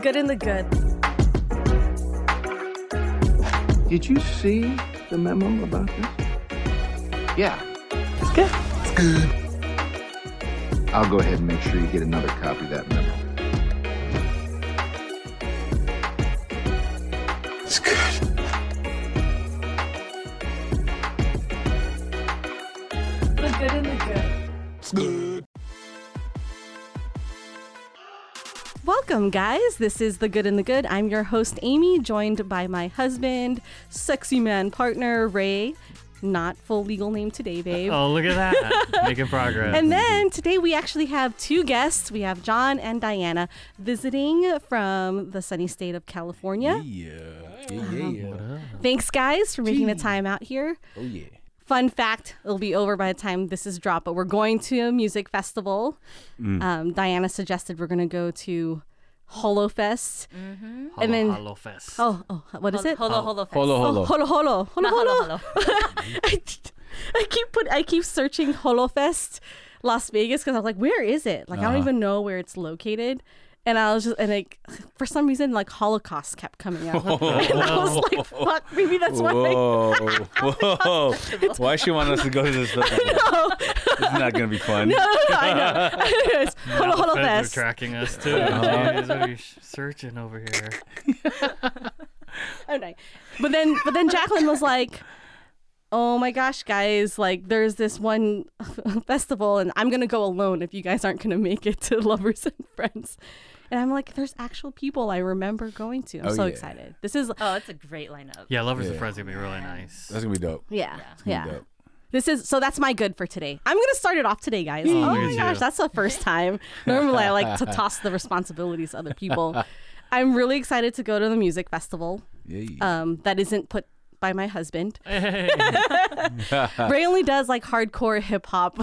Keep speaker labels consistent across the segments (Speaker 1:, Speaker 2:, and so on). Speaker 1: good and the good.
Speaker 2: Did you see the memo about this? Yeah,
Speaker 1: It's good.
Speaker 2: I'll go ahead and make sure you get another copy of that memo. It's good.
Speaker 1: The good and the good.
Speaker 2: It's good.
Speaker 1: Welcome, guys. This is The Good and the Good. I'm your host, Amy, joined by my husband, sexy man partner, Ray. Not full legal name today, babe.
Speaker 3: Oh, look at that. Making progress.
Speaker 1: And then today we actually have two guests. We have John and Diana
Speaker 4: Mm-hmm.
Speaker 1: visiting from the sunny state of California.
Speaker 4: Yeah. Yeah, yeah, yeah.
Speaker 1: Thanks, guys, for making the time out here.
Speaker 4: Oh, yeah.
Speaker 1: Fun fact it'll be over by the time this is dropped, but we're going to a music festival.
Speaker 4: Mm.
Speaker 1: Um, Diana suggested we're going to go to Holofest.
Speaker 3: Holo,
Speaker 1: and then-
Speaker 3: Holo Fest.
Speaker 1: Oh, oh, what is it?
Speaker 5: Holo holo fest.
Speaker 4: Holo,
Speaker 1: Oh,
Speaker 4: holo.
Speaker 1: holo, holo, holo,
Speaker 5: Not holo holo.
Speaker 1: holo. I, I keep put I keep searching Holofest Las Vegas because I was like, where is it? Like
Speaker 3: Uh-huh.
Speaker 1: I don't even know where it's located. And I was just and like for some reason like Holocaust kept coming out. and I was like, fuck, maybe that's why I
Speaker 4: Whoa. Whoa. Why she want us to go to this festival?
Speaker 1: know.
Speaker 4: It's not going to be fun.
Speaker 1: I know. It's
Speaker 3: Now
Speaker 1: holo
Speaker 3: the
Speaker 1: holo
Speaker 3: feds
Speaker 1: fest.
Speaker 3: are tracking us too. Jeez, what are you sh- searching over here?
Speaker 1: Oh no. But then but then Jacqueline was like Oh my gosh, guys, like there's this one festival and I'm gonna go alone if you guys aren't gonna make it to Lovers and Friends. And I'm like, there's actual people I remember going to. I'm
Speaker 4: Oh,
Speaker 1: so
Speaker 4: yeah.
Speaker 1: excited. This is
Speaker 5: Oh, it's a great lineup.
Speaker 3: Yeah, lovers and
Speaker 4: Yeah.
Speaker 3: friends are gonna be really nice.
Speaker 4: That's going to be dope.
Speaker 1: yeah,
Speaker 4: Gonna
Speaker 1: yeah.
Speaker 4: be dope.
Speaker 1: This is so that's my good for today. I'm gonna start it off today, guys.
Speaker 3: Oh,
Speaker 1: oh
Speaker 3: look
Speaker 1: my
Speaker 3: at
Speaker 1: gosh,
Speaker 3: you.
Speaker 1: that's the first time. Normally, I like to toss the responsibilities to other people. I'm really excited to go to the music festival
Speaker 4: Yeah, yeah.
Speaker 1: um, that isn't put by my husband.
Speaker 3: hey,
Speaker 1: Ray only does like hardcore hip hop.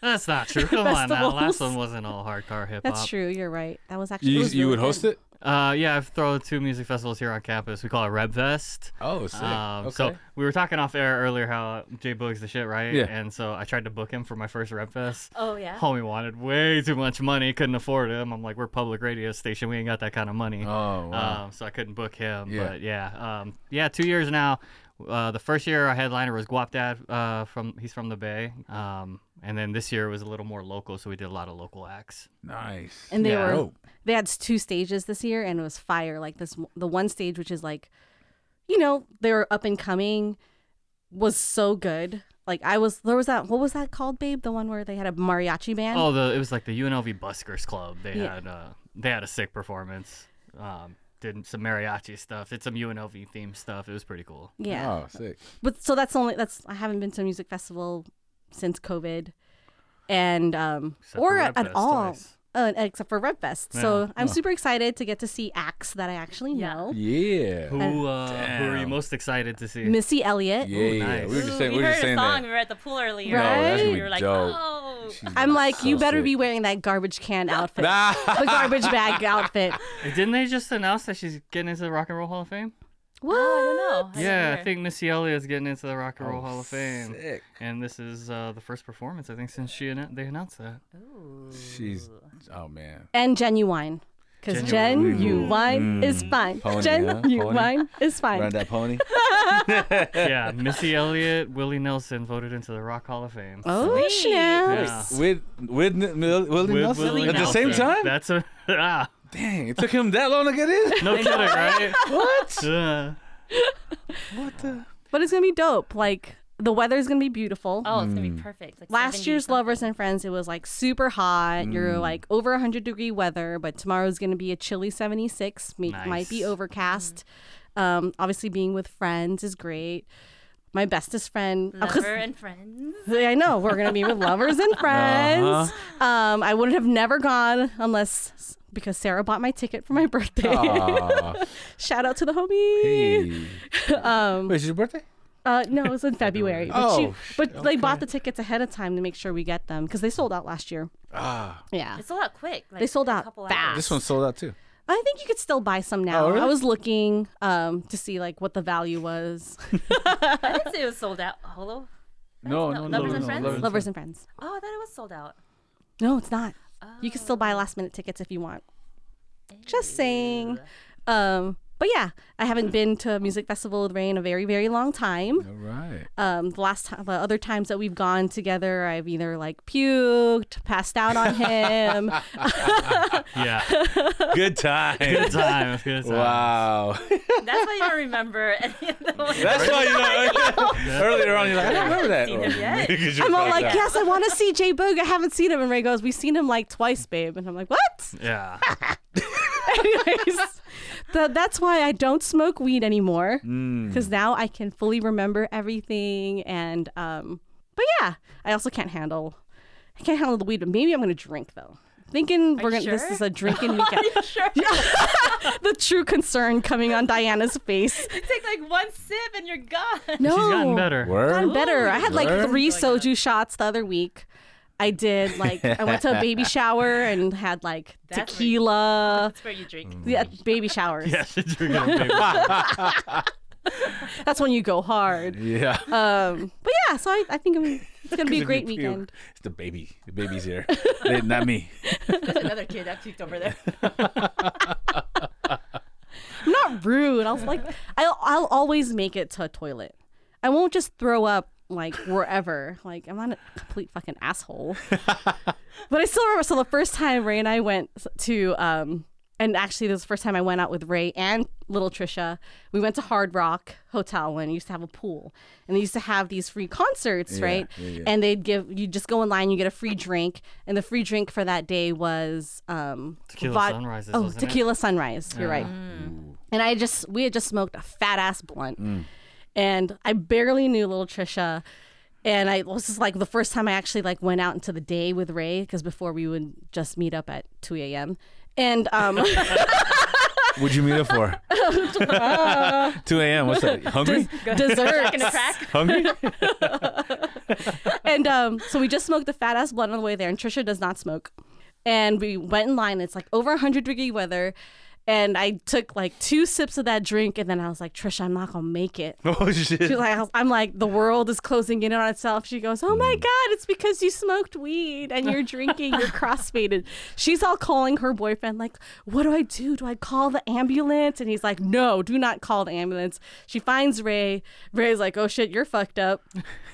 Speaker 3: that's not true. Come on now.
Speaker 1: Festivals.
Speaker 3: Last one wasn't all hardcore hip hop.
Speaker 1: That's true. You're right. That was actually.
Speaker 4: you
Speaker 1: it was
Speaker 4: you
Speaker 1: really
Speaker 4: would host
Speaker 1: good.
Speaker 4: it?
Speaker 3: Uh, yeah, I've thrown two music festivals here on campus. We call it Rebfest.
Speaker 4: Oh, sick.
Speaker 3: Um,
Speaker 4: okay.
Speaker 3: So we were talking off air earlier how Jay Boog's the shit, right?
Speaker 4: Yeah.
Speaker 3: And so I tried to book him for my first Rep Fest.
Speaker 5: Oh yeah.
Speaker 3: Homie wanted way too much money, couldn't afford him. I'm like, we're a public radio station, we ain't got that kind of money.
Speaker 4: oh, wow.
Speaker 1: uh,
Speaker 3: um, so I couldn't book him.
Speaker 4: Yeah.
Speaker 3: But yeah, um, yeah, two years now. Uh, the first year our headliner was Guap Dad. Uh, from he's from the Bay. Um, and then this year was a little more local, so we did a lot of local acts.
Speaker 4: nice.
Speaker 1: And they
Speaker 3: Yeah.
Speaker 1: were.
Speaker 4: Dope.
Speaker 1: They had s- two stages this year, and it was fire. Like this, the one stage which is like, you know, they're up and coming, was so good. Like I was, there was that. What was that called, babe? The one where they had a mariachi band.
Speaker 3: Oh, the it was like the UNLV Buskers Club. They
Speaker 1: Yeah.
Speaker 3: had uh, they had a sick performance. Um, did some mariachi stuff. Did some UNLV themed stuff. It was pretty cool.
Speaker 1: yeah.
Speaker 4: Oh, sick.
Speaker 1: but so that's only that's I haven't been to a music festival since COVID, and um
Speaker 3: Except
Speaker 1: or
Speaker 3: for
Speaker 1: at,
Speaker 3: Rep Fest
Speaker 1: all
Speaker 3: twice.
Speaker 1: uh, except for Rep Fest. So I'm super excited to get to see acts that I actually
Speaker 5: Yeah.
Speaker 1: know.
Speaker 4: Yeah.
Speaker 3: Who uh, who are you
Speaker 4: Damn.
Speaker 3: most excited to see?
Speaker 1: Missy Elliott.
Speaker 4: Yeah, yeah.
Speaker 3: nice.
Speaker 4: We were just
Speaker 5: Ooh,
Speaker 4: saying,
Speaker 5: we
Speaker 4: we were
Speaker 5: heard
Speaker 4: just
Speaker 5: a
Speaker 4: saying
Speaker 5: song.
Speaker 4: that.
Speaker 5: We were at the pool earlier.
Speaker 1: Right?
Speaker 4: No, that's gonna
Speaker 5: We
Speaker 4: be
Speaker 5: were like,
Speaker 4: dope.
Speaker 5: oh.
Speaker 4: She's
Speaker 1: I'm like,
Speaker 4: so
Speaker 1: you better
Speaker 4: sick.
Speaker 1: be wearing that garbage can outfit,
Speaker 4: Nah.
Speaker 1: the garbage bag outfit.
Speaker 3: Didn't they just announce that she's getting into the Rock and Roll Hall of Fame?
Speaker 1: What?
Speaker 5: Oh, I don't know.
Speaker 3: Yeah, I
Speaker 5: never-
Speaker 3: think Missy Elliott's getting into the Rock and Roll Hall of Fame.
Speaker 4: Sick.
Speaker 3: And this is uh, the first performance I think since she annou- they announced that.
Speaker 4: She's, oh, man.
Speaker 1: And genuine. Because
Speaker 3: Genuine. Mm-hmm.
Speaker 1: genuine is fine.
Speaker 4: Pony, huh? Pony.
Speaker 1: Genuine is
Speaker 4: Run
Speaker 1: fine.
Speaker 4: that pony.
Speaker 3: yeah, Missy Elliott, Willie Nelson voted into the Rock Hall of Fame.
Speaker 1: Oh, snap.
Speaker 3: Yeah.
Speaker 4: With with N- Mil- Willie
Speaker 3: With
Speaker 4: Nelson
Speaker 3: Willie
Speaker 4: at the same
Speaker 3: Nelson.
Speaker 4: time.
Speaker 3: That's a ah,
Speaker 4: Dang, it took him that long to get in.
Speaker 3: no kidding, right?
Speaker 4: What?
Speaker 3: Yeah.
Speaker 4: what the?
Speaker 1: But it's going to be dope. Like, the weather's going to be beautiful.
Speaker 5: Oh, it's gonna
Speaker 4: Mm.
Speaker 5: be perfect. Like
Speaker 1: Last
Speaker 5: 70
Speaker 1: year's
Speaker 5: something.
Speaker 1: Lovers and Friends, it was like super hot. You're
Speaker 3: Mm.
Speaker 1: like over 100 degree weather, but tomorrow's going to be a chilly 76. May- Might be
Speaker 3: Nice.
Speaker 1: overcast. Um, obviously, being with friends is great. My bestest friend. oh, 'cause-
Speaker 5: Lover and friends.
Speaker 1: Yeah, I know we're gonna be with lovers and
Speaker 4: Uh-huh.
Speaker 1: friends. Um, I would have never gone unless because Sarah bought my ticket for my birthday.
Speaker 4: Aw,
Speaker 1: Shout out to the homie. Um,
Speaker 4: hey. Wait, is it your birthday?
Speaker 1: Uh, no, it was in February. But she,
Speaker 4: Oh,
Speaker 1: but they bought the tickets ahead of time to make sure we get them because they sold out last year.
Speaker 4: Ah,
Speaker 1: Yeah,
Speaker 5: It's a lot quick. Like,
Speaker 1: They sold
Speaker 5: a
Speaker 1: out
Speaker 5: couple
Speaker 1: fast.
Speaker 5: hours.
Speaker 4: this one's sold out too.
Speaker 1: I think you could still buy some now.
Speaker 4: Oh, really?
Speaker 1: I was looking um, to see like what the value was.
Speaker 5: I didn't say it was sold out. Hello.
Speaker 4: No, no,
Speaker 5: no,
Speaker 4: no,
Speaker 5: Lovers
Speaker 4: no,
Speaker 5: and
Speaker 4: no,
Speaker 5: Friends?
Speaker 4: Lovers-
Speaker 1: lovers and friends.
Speaker 5: Oh, I thought it was sold out.
Speaker 1: No, it's not. You can still buy last minute tickets if you want. Just saying. Um, but yeah, I haven't been to a music festival with Ray in a very, very long time.
Speaker 4: All right.
Speaker 1: Um, the last time, the other times that we've gone together, I've either like puked, passed out on him.
Speaker 3: Yeah.
Speaker 4: Good time.
Speaker 3: Good time. Good time.
Speaker 4: Wow.
Speaker 5: That's why you don't remember any of the ones.
Speaker 4: That's why you know. earlier on, you're like, I don't remember that.
Speaker 5: Seen him yet.
Speaker 4: Because you're
Speaker 1: I'm all
Speaker 4: fucked
Speaker 1: like,
Speaker 4: up.
Speaker 1: yes, I want to see Jay Boog. I haven't seen him. And Ray goes, we've seen him like twice, babe. And I'm like, what?
Speaker 3: Yeah.
Speaker 1: Anyways, th- that's why I don't smoke weed anymore
Speaker 3: Mm.
Speaker 1: because now I can fully remember everything. And um, but yeah, I also can't handle. I can't handle the weed, but maybe I'm gonna drink though. Thinking we're
Speaker 5: you
Speaker 1: gonna this
Speaker 5: sure?
Speaker 1: is a drinking weekend.
Speaker 5: sure.
Speaker 1: the true concern coming on Diana's face.
Speaker 5: You take like one sip and you're gone.
Speaker 1: No,
Speaker 3: She's gotten better.
Speaker 4: Word?
Speaker 1: gotten better. I had like
Speaker 4: Word?
Speaker 1: three soju shots the other week. I did like I went to a baby shower and had like
Speaker 5: That's where you-
Speaker 1: tequila.
Speaker 5: That's where you drink.
Speaker 4: Mm.
Speaker 1: Yeah, baby showers.
Speaker 3: Yeah, she's drinking a big one.
Speaker 1: That's when you go hard.
Speaker 4: Yeah.
Speaker 1: Um, but yeah, so I, I think I'm, it's gonna be a
Speaker 4: If
Speaker 1: great
Speaker 4: you puke,
Speaker 1: weekend.
Speaker 4: It's the baby. The baby's here. They- Not me.
Speaker 5: There's another kid that peeked over there.
Speaker 1: I'm not rude. I was like, I'll, I'll always make it to a toilet. I won't just throw up like wherever. Like I'm not a complete fucking asshole. but I still remember. So the first time Ray and I went to, um, and actually this was the first time I went out with Ray and little Trisha. We went to Hard Rock Hotel when it used to have a pool, and they used to have these free concerts, right? And they'd give you just go in line, you get a free drink, and the free drink for that day was um,
Speaker 3: Tequila sunrises,
Speaker 1: Oh,
Speaker 3: wasn't it?
Speaker 1: tequila sunrise. You're right. And I just we had just smoked a fat ass blunt, and I barely knew little Trisha. And I was just like the first time I actually like went out into the day with Ray because before we would just meet up at 2 a.m. And um,
Speaker 4: What'd you meet up for?
Speaker 1: Uh.
Speaker 4: 2 a.m. What's that? Hungry?
Speaker 1: dessert.
Speaker 5: Gonna crack.
Speaker 4: Hungry?
Speaker 1: and um, so we just smoked a fat ass blunt on the way there, and Trisha does not smoke. And we went in line. It's like over 100 degree weather. And I took like two sips of that drink, and then I was like, Trisha, I'm not gonna make it.
Speaker 4: Oh, shit.
Speaker 1: She's like, I'm like, the world is closing in on itself. She goes, Oh my God, it's because you smoked weed and you're drinking, you're crossfaded. She's all calling her boyfriend, like, What do I do? Do I call the ambulance? And he's like, No, do not call the ambulance. She finds Ray. Ray's like, Oh shit, you're fucked up.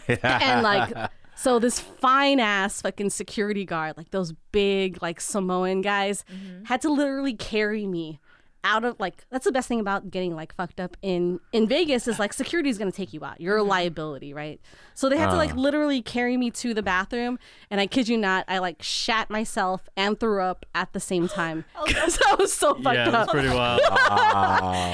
Speaker 1: and like, so this fine ass fucking security guard, like those big, like Samoan guys, had to literally carry me out of like that's the best thing about getting like fucked up in in Vegas is like security's gonna take you out. You're a liability, right? So they had to like literally carry me to the bathroom, and I kid you not, I like shat myself and threw up at the same time because I was so fucked
Speaker 3: Yeah,
Speaker 1: up.
Speaker 3: that's pretty wild.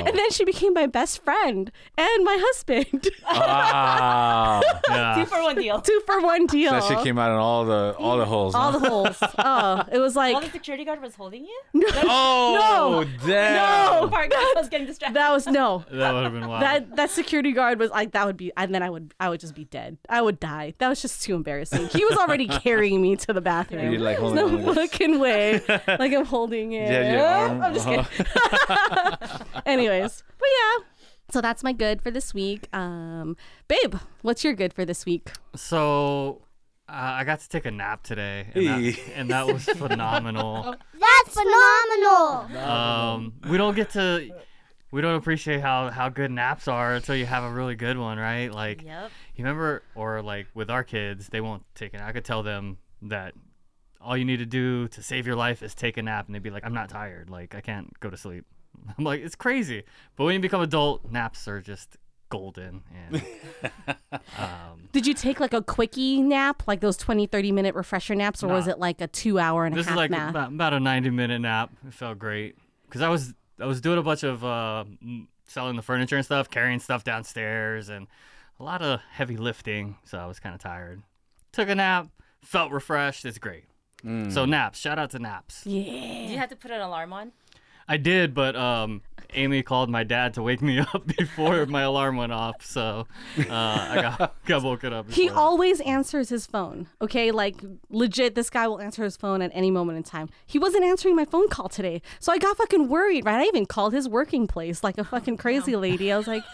Speaker 1: and then she became my best friend and my husband.
Speaker 4: Wow.
Speaker 5: Two
Speaker 3: Yeah.
Speaker 5: for one deal.
Speaker 1: Two for one deal.
Speaker 4: Ah. That shit came out in all the all the holes.
Speaker 1: all
Speaker 4: huh?
Speaker 1: the holes. Oh, it was
Speaker 5: While the
Speaker 1: like
Speaker 5: security guard was holding you,
Speaker 4: Oh, damn.
Speaker 5: the park guard was getting distracted.
Speaker 1: that was no.
Speaker 3: That would have been wild.
Speaker 1: That that security guard was like that would be and then I would I would just be dead. I would die. That was just too embarrassing. He was already carrying me to the bathroom.
Speaker 4: You're like
Speaker 1: There's
Speaker 4: holding
Speaker 1: no
Speaker 4: on to this.
Speaker 1: fucking way. Like I'm holding it.
Speaker 4: Yeah, your
Speaker 1: up.
Speaker 4: arm.
Speaker 1: I'm just kidding. Anyways, but yeah. So that's my good for this week. Um, babe, what's your good for this week?
Speaker 3: So uh, I got to take a nap today, and that,
Speaker 4: Hey.
Speaker 3: and that was phenomenal.
Speaker 6: That's phenomenal.
Speaker 3: um, we don't get to, we don't appreciate how how good naps are until you have a really good one, right? Like,
Speaker 5: Yep.
Speaker 3: you remember, or like with our kids, they won't take it. I could tell them that all you need to do to save your life is take a nap, and they'd be like, "I'm not tired. Like, I can't go to sleep." I'm like, "It's crazy." But when you become adult, naps are just golden, and um,
Speaker 1: Did you take like a quickie nap, like those 20, 30 minute refresher naps, or was
Speaker 3: Nah.
Speaker 1: it like a two hour and
Speaker 3: this
Speaker 1: a
Speaker 3: is
Speaker 1: half
Speaker 3: like
Speaker 1: nap?
Speaker 3: about, about a 90 minute nap it felt great because i was i was doing a bunch of uh, m- selling the furniture and stuff carrying stuff downstairs and a lot of heavy lifting so i was kind of tired took a nap felt refreshed it's great so naps shout out to naps
Speaker 1: yeah.
Speaker 5: Did you have to put an alarm on?
Speaker 3: i did but um amy called my dad to wake me up before my alarm went off so uh, i got, got woken up
Speaker 1: He
Speaker 3: before.
Speaker 1: always answers his phone. Okay, like legit, this guy will answer his phone at any moment in time. He wasn't answering my phone call today, so I got fucking worried. Right, I even called his working place like a fucking crazy lady. I was like,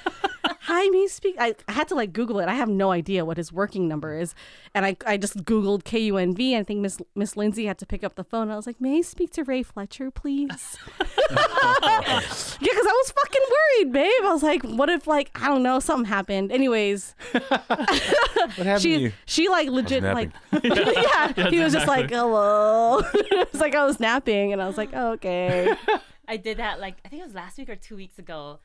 Speaker 1: Jaime speak. I, I had to like Google it. I have no idea what his working number is, and I, I just Googled KUNV. And I think Miss Miss Lindsay had to pick up the phone. I was like, "May I speak to Ray Fletcher, please?" yeah, because I was fucking worried, babe. I was like, "What if like I don't know something happened?" Anyways,
Speaker 4: What happened to
Speaker 1: she
Speaker 4: you?
Speaker 1: she like legit like
Speaker 4: napping.
Speaker 1: yeah, he was just like
Speaker 3: exactly.
Speaker 1: hello. it was like I was napping, and I was like, oh, "Okay."
Speaker 5: I did that like I think it was last week or two weeks ago,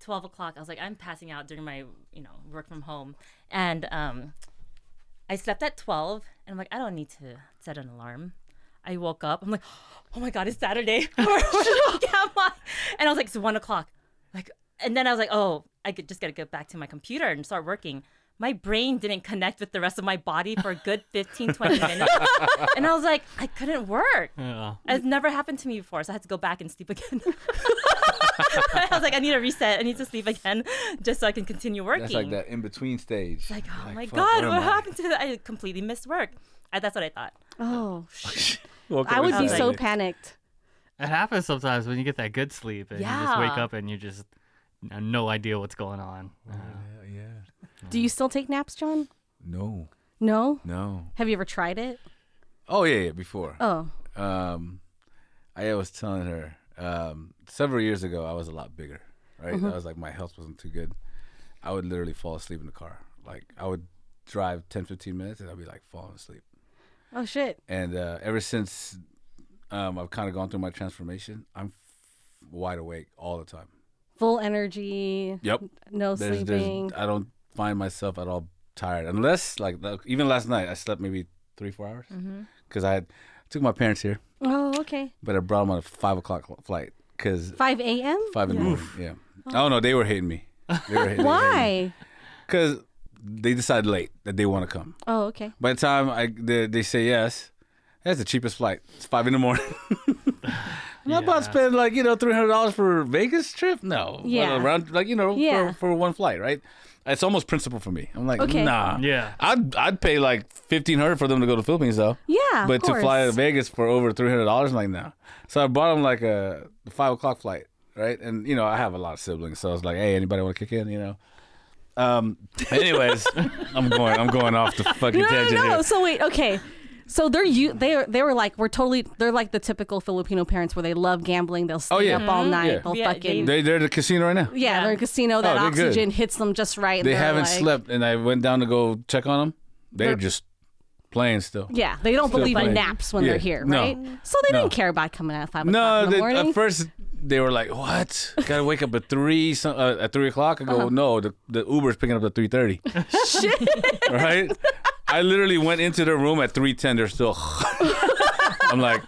Speaker 5: twelve o'clock. I was like, I'm passing out during my you know work from home, and um, I slept at twelve, and I'm like, I don't need to set an alarm. I woke up. I'm like, oh my god, it's Saturday. We're- we're like, yeah, I'm like- and I was like, it's one o'clock. Like, and then I was like, oh, I could just gotta go back to my computer and start working. My brain didn't connect with the rest of my body for a good 15, 20 minutes. and I was like, I couldn't work.
Speaker 3: Yeah.
Speaker 5: It's never happened to me before, so I had to go back and sleep again. I was like, I need a reset. I need to sleep again just so I can continue working.
Speaker 7: That's like that in between stage.
Speaker 5: Like, oh my
Speaker 7: fuck,
Speaker 5: God,
Speaker 7: where
Speaker 5: what
Speaker 7: am I?
Speaker 5: happened to that? I completely missed work. I, that's what I thought.
Speaker 1: Oh, sh-
Speaker 4: Welcome
Speaker 1: I would
Speaker 4: to
Speaker 1: be
Speaker 5: Saturday.
Speaker 1: so
Speaker 4: Saturday.
Speaker 1: panicked.
Speaker 3: It happens sometimes when you get that good sleep and you just wake
Speaker 5: Yeah.
Speaker 3: up and you just have no idea what's going on. Uh,
Speaker 7: Yeah.
Speaker 1: Do you still take naps, John?
Speaker 7: No.
Speaker 1: No.
Speaker 7: No.
Speaker 1: Have you ever tried it?
Speaker 7: Oh yeah, yeah before.
Speaker 1: Oh,
Speaker 7: um, I was telling her um, several years ago I was a lot bigger, right?
Speaker 1: Mm-hmm.
Speaker 7: I was like my health wasn't too good. I would literally fall asleep in the car. Like I would drive 10, 15 minutes and I'd be like falling asleep.
Speaker 1: oh shit.
Speaker 7: And uh, ever since um, I've kind of gone through my transformation, I'm f- wide awake all the time.
Speaker 1: Full energy.
Speaker 7: Yep.
Speaker 1: No
Speaker 7: There's, uh,
Speaker 1: sleeping.
Speaker 7: there's, I don't find myself at all tired unless like the- even last night I slept maybe three, four hours
Speaker 1: Mm-hmm.
Speaker 7: because I had, took my parents here,
Speaker 1: Oh, okay.
Speaker 7: but I brought them on a five o'clock flight because
Speaker 1: 5 a.m.
Speaker 7: Five in the morning. Yeah. I don't know. They were hating me. They were hating
Speaker 1: Why?
Speaker 7: Because they decide late that they want to come.
Speaker 1: Oh, okay.
Speaker 7: By the time I they, they say yes, that's the cheapest flight. It's five in the morning. I'm not about to spend like you know three hundred dollars for Vegas trip. No.
Speaker 1: Yeah.
Speaker 7: Around like you know
Speaker 1: Yeah.
Speaker 7: for, for one flight, right? It's almost principle for me. I'm like,
Speaker 1: Okay.
Speaker 7: nah.
Speaker 3: Yeah.
Speaker 7: I'd I'd pay like fifteen hundred for them to go to Philippines though.
Speaker 1: Yeah. of
Speaker 7: But to fly to
Speaker 1: course.
Speaker 7: Vegas for over three hundred dollars, I'm like no. So I bought him like a five o'clock flight, right? And you know I have a lot of siblings, so I was like, hey, anybody want to kick in? You know. Um. Anyways, I'm going. I'm going off the fucking
Speaker 1: No, no,
Speaker 7: tangent
Speaker 1: no.
Speaker 7: here.
Speaker 1: So wait, okay. So they're you they are they were like we're totally they're like the typical Filipino parents where they love gambling they'll stay
Speaker 7: Oh, yeah.
Speaker 1: up all night
Speaker 7: Yeah.
Speaker 1: they'll
Speaker 5: Yeah,
Speaker 1: fucking
Speaker 7: They they're at the casino right now.
Speaker 1: yeah they're in casino that
Speaker 7: they're good.
Speaker 1: oxygen hits them just right and
Speaker 7: They
Speaker 1: they're
Speaker 7: haven't
Speaker 1: like-
Speaker 7: slept, and I went down to go check on them. They're, just playing still.
Speaker 1: yeah they don't
Speaker 7: Still
Speaker 1: believe in
Speaker 7: playing.
Speaker 1: naps when
Speaker 7: Yeah.
Speaker 1: they're here
Speaker 7: No.
Speaker 1: right so they
Speaker 7: No.
Speaker 1: didn't care about coming out at five o'clock in
Speaker 7: No,
Speaker 1: the
Speaker 7: they, uh,
Speaker 1: morning
Speaker 7: at first they were like, "What? Gotta wake up at three some, uh, at three o'clock." I go,
Speaker 1: Uh-huh.
Speaker 7: "No, the the Uber's picking up at three thirty. right? I literally went into their room at three ten. They're still. I'm like,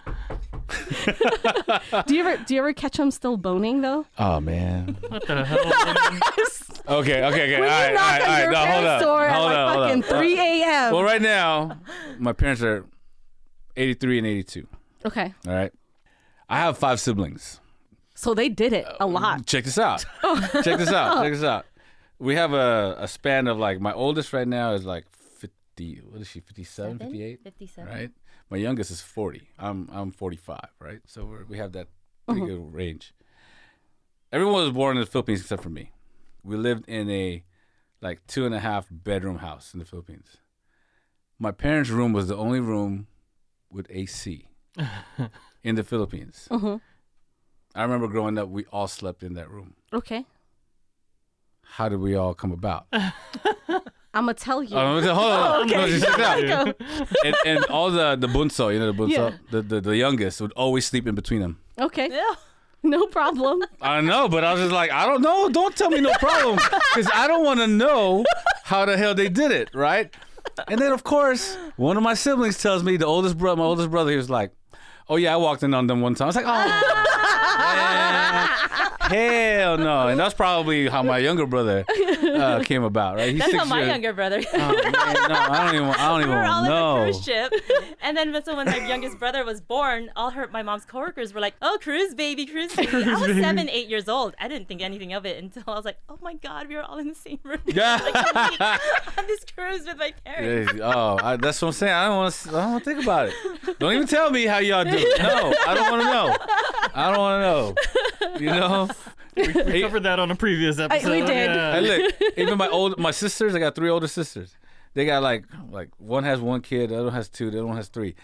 Speaker 1: do you ever do you ever catch them still boning though
Speaker 7: oh man.
Speaker 3: What the hell?
Speaker 7: Okay, okay, okay. all
Speaker 1: When
Speaker 7: right,
Speaker 1: you knock
Speaker 7: all
Speaker 1: on
Speaker 7: right, all right.
Speaker 1: your
Speaker 7: Now, hold
Speaker 1: parents'
Speaker 7: up,
Speaker 1: door
Speaker 7: hold
Speaker 1: at
Speaker 7: up,
Speaker 1: like
Speaker 7: hold up.
Speaker 1: fucking 3 a.m.
Speaker 7: Well, right now, my parents are 83 and 82.
Speaker 1: okay.
Speaker 7: All right, I have five siblings.
Speaker 1: So they did it
Speaker 7: Uh,
Speaker 1: a lot.
Speaker 7: Check this out. Check this out. Check this out. We have a, a span of like my oldest right now is like 50. What is she? 57, 58?
Speaker 5: 57.
Speaker 7: Right. My youngest is 40. I'm I'm 45. Right. So we're, we have that pretty good range. Everyone was born in the Philippines except for me. We lived in a like two and a half bedroom house in the Philippines. My parents' room was the only room with AC in the Philippines. I remember growing up, we all slept in that room.
Speaker 1: Okay.
Speaker 7: How did we all come about? Oh,
Speaker 1: I'm going to tell you.
Speaker 7: no, hold on. No, just check it out.
Speaker 1: Go.
Speaker 7: and, and all the the bunso, you know the bunso, the, the the youngest would always sleep in between them.
Speaker 1: Okay. No problem.
Speaker 7: I know, but I was just like, I don't know. Don't tell me no problem, because I don't want to know how the hell they did it, right? And then of course, one of my siblings tells me the oldest brother, my oldest brother, he was like, "Oh yeah, I walked in on them one time." I was like, "Oh." man, Hell no, and that's probably how my younger brother uh, came about, right? He's
Speaker 5: That's how
Speaker 7: six
Speaker 5: my
Speaker 7: years-
Speaker 5: younger brother.
Speaker 7: Oh, man, no, I don't even. I don't
Speaker 5: we
Speaker 7: even
Speaker 5: were all
Speaker 7: know.
Speaker 5: in a cruise ship, and then so when my youngest brother was born, all her my mom's coworkers were like, "Oh, cruise baby, cruise baby." I was seven, eight years old. I didn't think anything of it until I was like, "Oh my god, we were all in the same room
Speaker 7: Yeah.
Speaker 5: like, on this cruise with my parents."
Speaker 7: Yeah, oh, I, that's what I'm saying. I don't want to. I don't want to think about it. Don't even tell me how y'all do. it. No, I don't want to know. I don't want to know. You know,
Speaker 3: We, we covered that on a previous
Speaker 1: did.
Speaker 3: episode. Yeah.
Speaker 7: And look, even my old my sisters, I got three older sisters. They got like like one has one kid, the other one has two, the other one has three.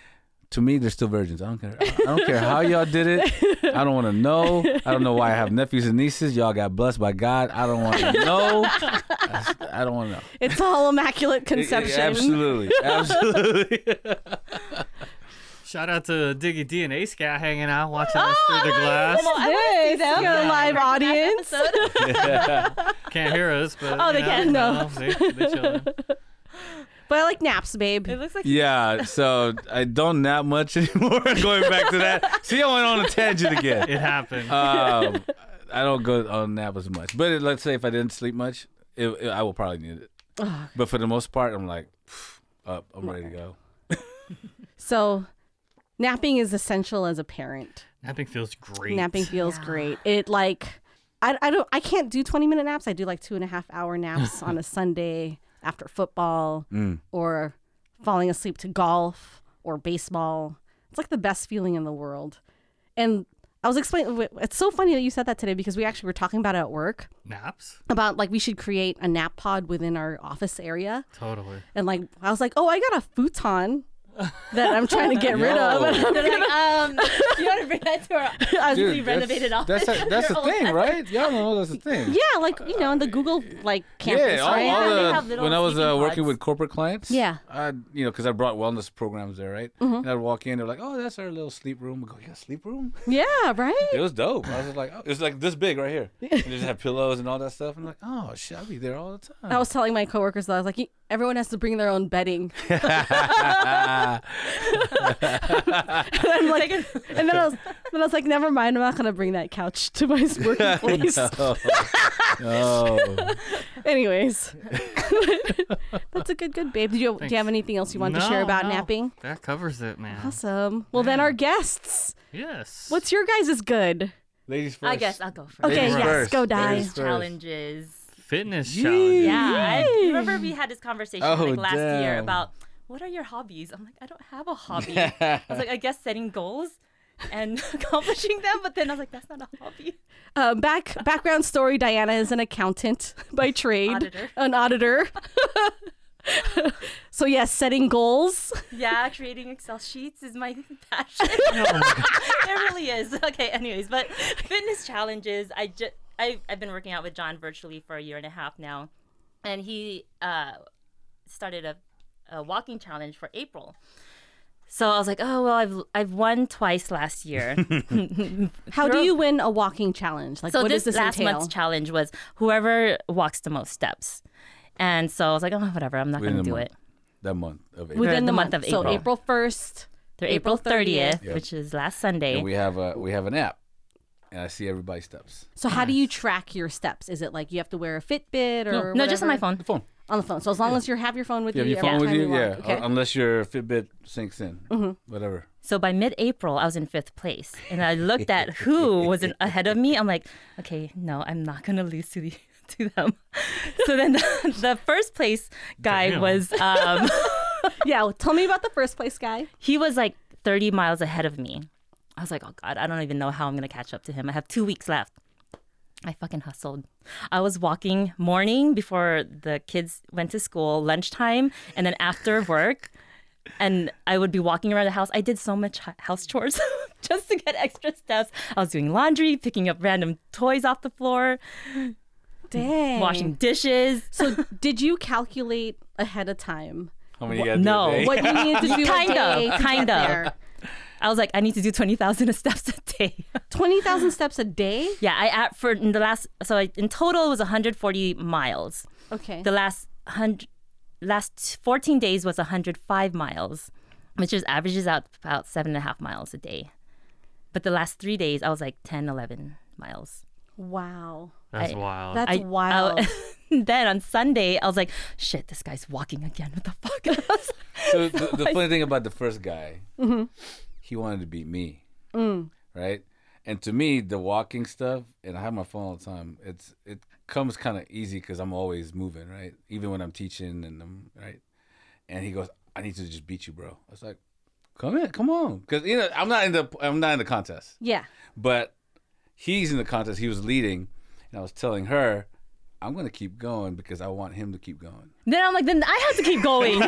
Speaker 7: To me, they're still virgins. I don't care. I don't care how y'all did it. I don't want to know. I don't know why I have nephews and nieces. Y'all got blessed by God. I don't want to know. I, s- I don't want to know.
Speaker 1: It's all immaculate
Speaker 7: I- I-
Speaker 1: conception.
Speaker 7: Absolutely, absolutely.
Speaker 3: Shout out to Diggy D and Ace Cat hanging out, watching us through the glass.
Speaker 1: Oh, I wanna see them. You're a live audience.
Speaker 3: Can't hear us, but
Speaker 1: Oh, they
Speaker 3: you
Speaker 1: can, no.
Speaker 3: know, they, they chilling.
Speaker 1: But I like naps, babe.
Speaker 5: It looks like
Speaker 7: Yeah. So I don't nap much anymore. Going back to that. See, I went on a tangent again.
Speaker 3: It happened.
Speaker 7: um, I don't go on nap as much. But it, let's say if I didn't sleep much, it, it- I will probably need it. But for the most part, I'm like, pff, up, I'm ready to go.
Speaker 1: So napping is essential as a parent.
Speaker 3: Napping feels great.
Speaker 1: Napping feels great. It like I, I don't I can't do twenty minute naps. I do like two and a half hour naps on a Sunday after football or falling asleep to golf or baseball. It's like the best feeling in the world. And I was explaining. It's so funny that you said that today because we actually were talking about it at work
Speaker 3: Naps?
Speaker 1: about like we should create a nap pod within our office area.
Speaker 3: Totally.
Speaker 1: And like I was like, oh, I got a futon that I'm trying to get rid of.
Speaker 5: they're like, um, you
Speaker 1: And I'm
Speaker 5: want to bring that to our
Speaker 7: Dude,
Speaker 5: newly renovated office?
Speaker 7: that's a, that's
Speaker 5: Your
Speaker 7: the
Speaker 5: old
Speaker 7: thing,
Speaker 5: office.
Speaker 7: right? Y'all know that's the thing.
Speaker 1: Yeah, like you know, in the Google like campus,
Speaker 7: all,
Speaker 1: right?
Speaker 5: Yeah,
Speaker 7: all
Speaker 5: they
Speaker 7: the-
Speaker 5: have little
Speaker 7: when I was uh,
Speaker 5: sleeping
Speaker 7: working
Speaker 5: pods.
Speaker 7: with corporate clients,
Speaker 1: Yeah.
Speaker 7: I you know because I brought wellness programs there, right?
Speaker 5: Mm-hmm.
Speaker 7: And I'd walk in, they're like, "Oh, that's our little sleep room." We go, "Yeah, sleep room."
Speaker 1: yeah, right.
Speaker 7: It was dope. I was just like, "Oh, it's like this big right here." And they just have pillows and all that stuff. I'm like, "Oh shit, I'll be there all the time."
Speaker 1: I was telling my coworkers that I was like, "You- everyone has to bring their own bedding. and I'm like, and then I was, then I was like, never mind, I'm not gonna bring that couch to my working place.
Speaker 7: Oh, no.
Speaker 1: Anyways, that's a good, good babe. Do you do you have anything else you want to share
Speaker 3: No,
Speaker 1: about
Speaker 3: no.
Speaker 1: napping?
Speaker 3: That covers it, man.
Speaker 1: Awesome. Well, then our guests.
Speaker 3: Yes.
Speaker 1: What's your guys' is good?
Speaker 7: Ladies first.
Speaker 5: I guess I'll go first.
Speaker 1: Okay,
Speaker 7: Ladies
Speaker 1: yes,
Speaker 7: first.
Speaker 1: go die.
Speaker 7: Ladies
Speaker 5: These
Speaker 7: first.
Speaker 5: challenges.
Speaker 3: fitness challenge?
Speaker 5: Yeah, I remember we had this conversation
Speaker 7: Oh,
Speaker 5: like last year
Speaker 7: damn.
Speaker 5: about what are your hobbies? I'm like, I don't have a hobby. I was like, I guess setting goals and accomplishing them, but then I was like, that's not a hobby.
Speaker 1: Um, back background story: Diana is an accountant by trade,
Speaker 5: Auditor.
Speaker 1: an auditor. so yes, setting goals.
Speaker 5: Yeah, creating Excel sheets is my passion.
Speaker 1: Oh
Speaker 5: it really is. Okay, anyways, but fitness challenges. I just I I've been working out with John virtually for a year and a half now, and he uh, started a, a walking challenge for April. So I was like, oh well, I've I've won twice last year.
Speaker 1: How do you win a walking challenge? Like,
Speaker 5: so
Speaker 1: what
Speaker 5: this,
Speaker 1: does this
Speaker 5: last
Speaker 1: entail?
Speaker 5: month's challenge was whoever walks the most steps, and so I was like, oh whatever, I'm not
Speaker 7: Within
Speaker 5: gonna
Speaker 7: the
Speaker 5: do
Speaker 7: month.
Speaker 5: it.
Speaker 7: That month of April.
Speaker 1: Within
Speaker 5: the
Speaker 1: the
Speaker 5: month of
Speaker 1: So
Speaker 5: April.
Speaker 1: April first.
Speaker 5: They're
Speaker 1: April
Speaker 5: April
Speaker 1: 30th.
Speaker 5: thirtieth, which is last Sunday.
Speaker 7: And we have a we have an app, and I see everybody's steps.
Speaker 1: So how do you track your steps? Is it like you have to wear a Fitbit or
Speaker 5: no, just on my
Speaker 1: whatever?
Speaker 5: phone.
Speaker 7: The phone.
Speaker 1: On the phone. So as long as you have your phone with
Speaker 7: You have
Speaker 1: you,
Speaker 7: your
Speaker 1: every
Speaker 7: phone with
Speaker 1: time
Speaker 7: you, yeah. Uh,
Speaker 1: walk. Okay. Mm-hmm.
Speaker 7: un- Unless your Fitbit sinks in, whatever.
Speaker 5: So by mid-April, I was in fifth place, and I looked at who was in, ahead of me. I'm like, okay, no, I'm not gonna lose to the to them. So then the, the first place guy
Speaker 3: Damn.
Speaker 5: was um,
Speaker 1: yeah. well, tell me about the first place guy.
Speaker 5: he was like 30 miles ahead of me. I was like, oh god, I don't even know how I'm gonna catch up to him. I have two weeks left. I fucking hustled. I was walking morning before the kids went to school, lunchtime, and then after work. And I would be walking around the house. I did so much hu- house chores just to get extra steps. I was doing laundry, picking up random toys off the floor,
Speaker 1: Dang.
Speaker 5: washing dishes.
Speaker 1: So did you calculate ahead of time
Speaker 7: How many you got?
Speaker 5: no,
Speaker 1: what you needed to do?
Speaker 5: Kind
Speaker 1: a
Speaker 5: of,
Speaker 1: day to get
Speaker 5: kind of.
Speaker 1: there?
Speaker 5: I was like, I need to do 20,000 steps a day.
Speaker 1: Twenty thousand steps a day.
Speaker 5: Yeah, I at for in the last so I, in total it was 140 miles.
Speaker 1: Okay.
Speaker 5: The last hundred last 14 days was 105 miles, which is averages out about seven and a half miles a day. But the last three days I was like 10, 11 miles.
Speaker 1: wow.
Speaker 3: That's
Speaker 5: I-
Speaker 3: wild.
Speaker 1: That's
Speaker 5: I-
Speaker 1: wild.
Speaker 5: I- then on Sunday I was like, shit, this guy's walking again. What the fuck? I was like-
Speaker 7: So the, the funny thing about the first guy, he wanted to beat me, right? And to me, the walking stuff, and I have my phone all the time. It's it comes kind of easy because I'm always moving, right? Even when I'm teaching and I'm right. And he goes, "I need to just beat you, bro." I was like, "Come in, come on," because you know I'm not in the I'm not in the contest,
Speaker 1: yeah.
Speaker 7: but he's in the contest. He was leading, and I was telling her, I'm gonna keep going because I want him to keep going.
Speaker 5: Then I'm like, then I have to keep going.